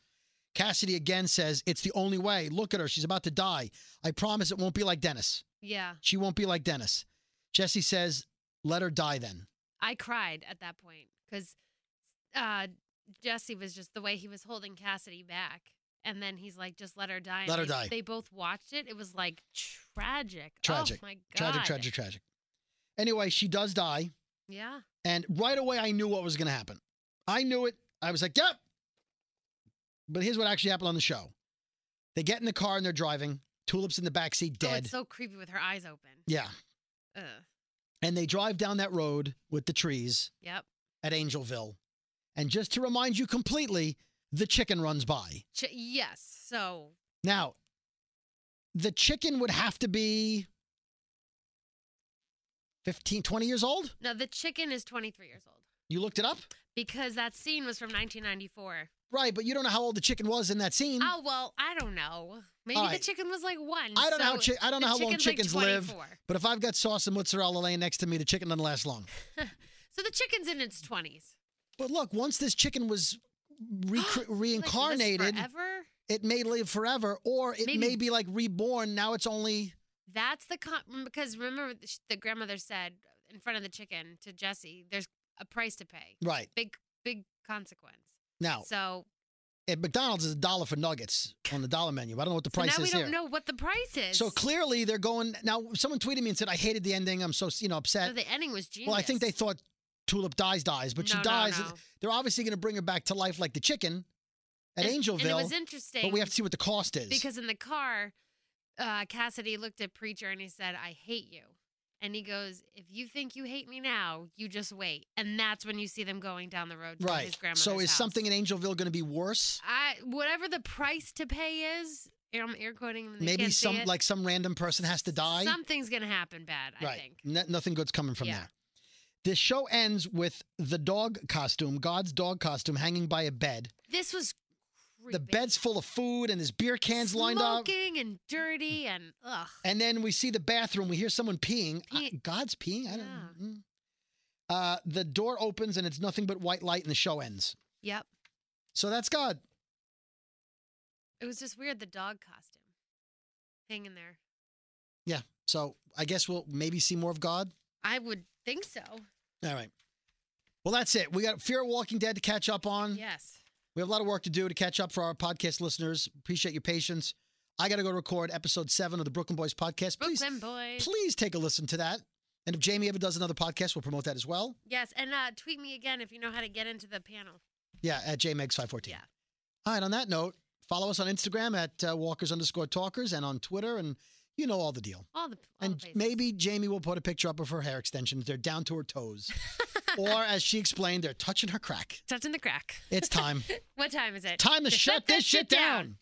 Speaker 2: Cassidy again says, It's the only way. Look at her. She's about to die. I promise it won't be like Dennis.
Speaker 3: Yeah.
Speaker 2: She won't be like Dennis. Jesse says, Let her die then.
Speaker 3: I cried at that point because uh, Jesse was just the way he was holding Cassidy back. And then he's like, just let her die. And
Speaker 2: Let her
Speaker 3: they-
Speaker 2: die.
Speaker 3: They both watched it. It was like tragic.
Speaker 2: Tragic.
Speaker 3: Oh, my God.
Speaker 2: Tragic, tragic, tragic. Anyway, she does die.
Speaker 3: Yeah.
Speaker 2: And right away, I knew what was going to happen. I knew it. I was like, yep. But here's what actually happened on the show they get in the car and they're driving. Tulip's in the backseat,
Speaker 3: Oh,
Speaker 2: dead.
Speaker 3: it's so creepy with her eyes open.
Speaker 2: yeah.
Speaker 3: Ugh.
Speaker 2: And they drive down that road with the trees
Speaker 3: Yep.
Speaker 2: at Angelville. And just to remind you completely, the chicken runs by.
Speaker 3: Ch- yes. So
Speaker 2: Now, the chicken would have to be 15, 20 years old.
Speaker 3: now the chicken is 23 years old
Speaker 2: You looked it up?
Speaker 3: because that scene was from 1994.
Speaker 2: Right, but you don't know how old the chicken was in that scene.
Speaker 3: Oh well, I don't know. Maybe
Speaker 2: All
Speaker 3: the
Speaker 2: right.
Speaker 3: chicken was like one.
Speaker 2: I don't know how
Speaker 3: so
Speaker 2: chi- I don't know
Speaker 3: the
Speaker 2: how long
Speaker 3: chicken's, like,
Speaker 2: chickens live.
Speaker 3: 24.
Speaker 2: But if I've got sauce and mozzarella laying next to me, the chicken doesn't last long.
Speaker 3: So the chicken's in its 20s.
Speaker 2: But look, once this chicken was recre-
Speaker 3: Like, lives
Speaker 2: reincarnated,
Speaker 3: forever.
Speaker 2: it may live forever, or it may
Speaker 3: Maybe-
Speaker 2: be like reborn. Now it's only
Speaker 3: That's the con- because remember the sh- the grandmother said in front of the chicken to Jesse, "There's a price to pay,
Speaker 2: right
Speaker 3: big big consequence."
Speaker 2: now
Speaker 3: So,
Speaker 2: at McDonald's is a dollar for nuggets on the dollar menu. I don't know what the
Speaker 3: so
Speaker 2: price
Speaker 3: now we
Speaker 2: is
Speaker 3: don't
Speaker 2: here.
Speaker 3: know what the price is.
Speaker 2: So clearly they're going now. Someone tweeted me and said, "I hated the ending. I'm so you know
Speaker 3: So
Speaker 2: upset."
Speaker 3: the ending was genius.
Speaker 2: well, I think they thought Tulip dies, dies, but she
Speaker 3: No, no,
Speaker 2: dies.
Speaker 3: no.
Speaker 2: They're obviously going to bring her back to life like the chicken at
Speaker 3: And-
Speaker 2: Angelville,
Speaker 3: And it was interesting.
Speaker 2: but we have to see what the cost is.
Speaker 3: Because in the car, uh, Cassidy looked at Preacher and he said, I hate you. And he goes, If you think you hate me now, you just wait. And that's when you see them going down the road to his
Speaker 2: right.
Speaker 3: grandmother's
Speaker 2: So is
Speaker 3: house.
Speaker 2: something in Angelville going to be worse?
Speaker 3: I whatever the price to pay is, air- I'm air quoting them. Um, they
Speaker 2: Maybe
Speaker 3: can't see
Speaker 2: some
Speaker 3: it,
Speaker 2: like some random person has to die.
Speaker 3: Something's gonna happen bad, I
Speaker 2: right.
Speaker 3: think.
Speaker 2: No- nothing good's coming from
Speaker 3: Yeah.
Speaker 2: there. The show ends with the dog costume, God's dog costume, hanging by a bed.
Speaker 3: This was
Speaker 2: the bed's full of food and there's beer cans lined up.
Speaker 3: Smoking and dirty and ugh.
Speaker 2: And then we see the bathroom. We hear someone peeing. I-
Speaker 3: Pee-
Speaker 2: God's peeing. I don't.
Speaker 3: Yeah.
Speaker 2: mm. Uh, the door opens and it's nothing but white light, and the show ends.
Speaker 3: Yep.
Speaker 2: So that's God.
Speaker 3: It was just weird. The dog costume hanging there.
Speaker 2: Yeah. So I guess we'll maybe see more of God.
Speaker 3: I would think so.
Speaker 2: All right. Well, that's it. We got Fear of Walking Dead to catch up on.
Speaker 3: Yes.
Speaker 2: We have a lot of work to do to catch up for our podcast listeners. Appreciate your patience. I got to go record episode seven of the Brooklyn Boys podcast. Please,
Speaker 3: Brooklyn boys.
Speaker 2: please take a listen to that. And if Jamie ever does another podcast, we'll promote that as well.
Speaker 3: Yes, and uh, tweet me again if you know how to get into the panel.
Speaker 2: Yeah, at jmegs514.
Speaker 3: Yeah.
Speaker 2: All right, on that note, follow us on Instagram at uh, walkers underscore talkers and on Twitter, and you know all the deal.
Speaker 3: All the all
Speaker 2: and
Speaker 3: the places.
Speaker 2: maybe Jamie will put a picture up of her hair extensions. They're down to her toes. or as she explained, they're touching her crack.
Speaker 3: touching the crack.
Speaker 2: It's time.
Speaker 3: What time is it?
Speaker 2: Time to shut this shit down.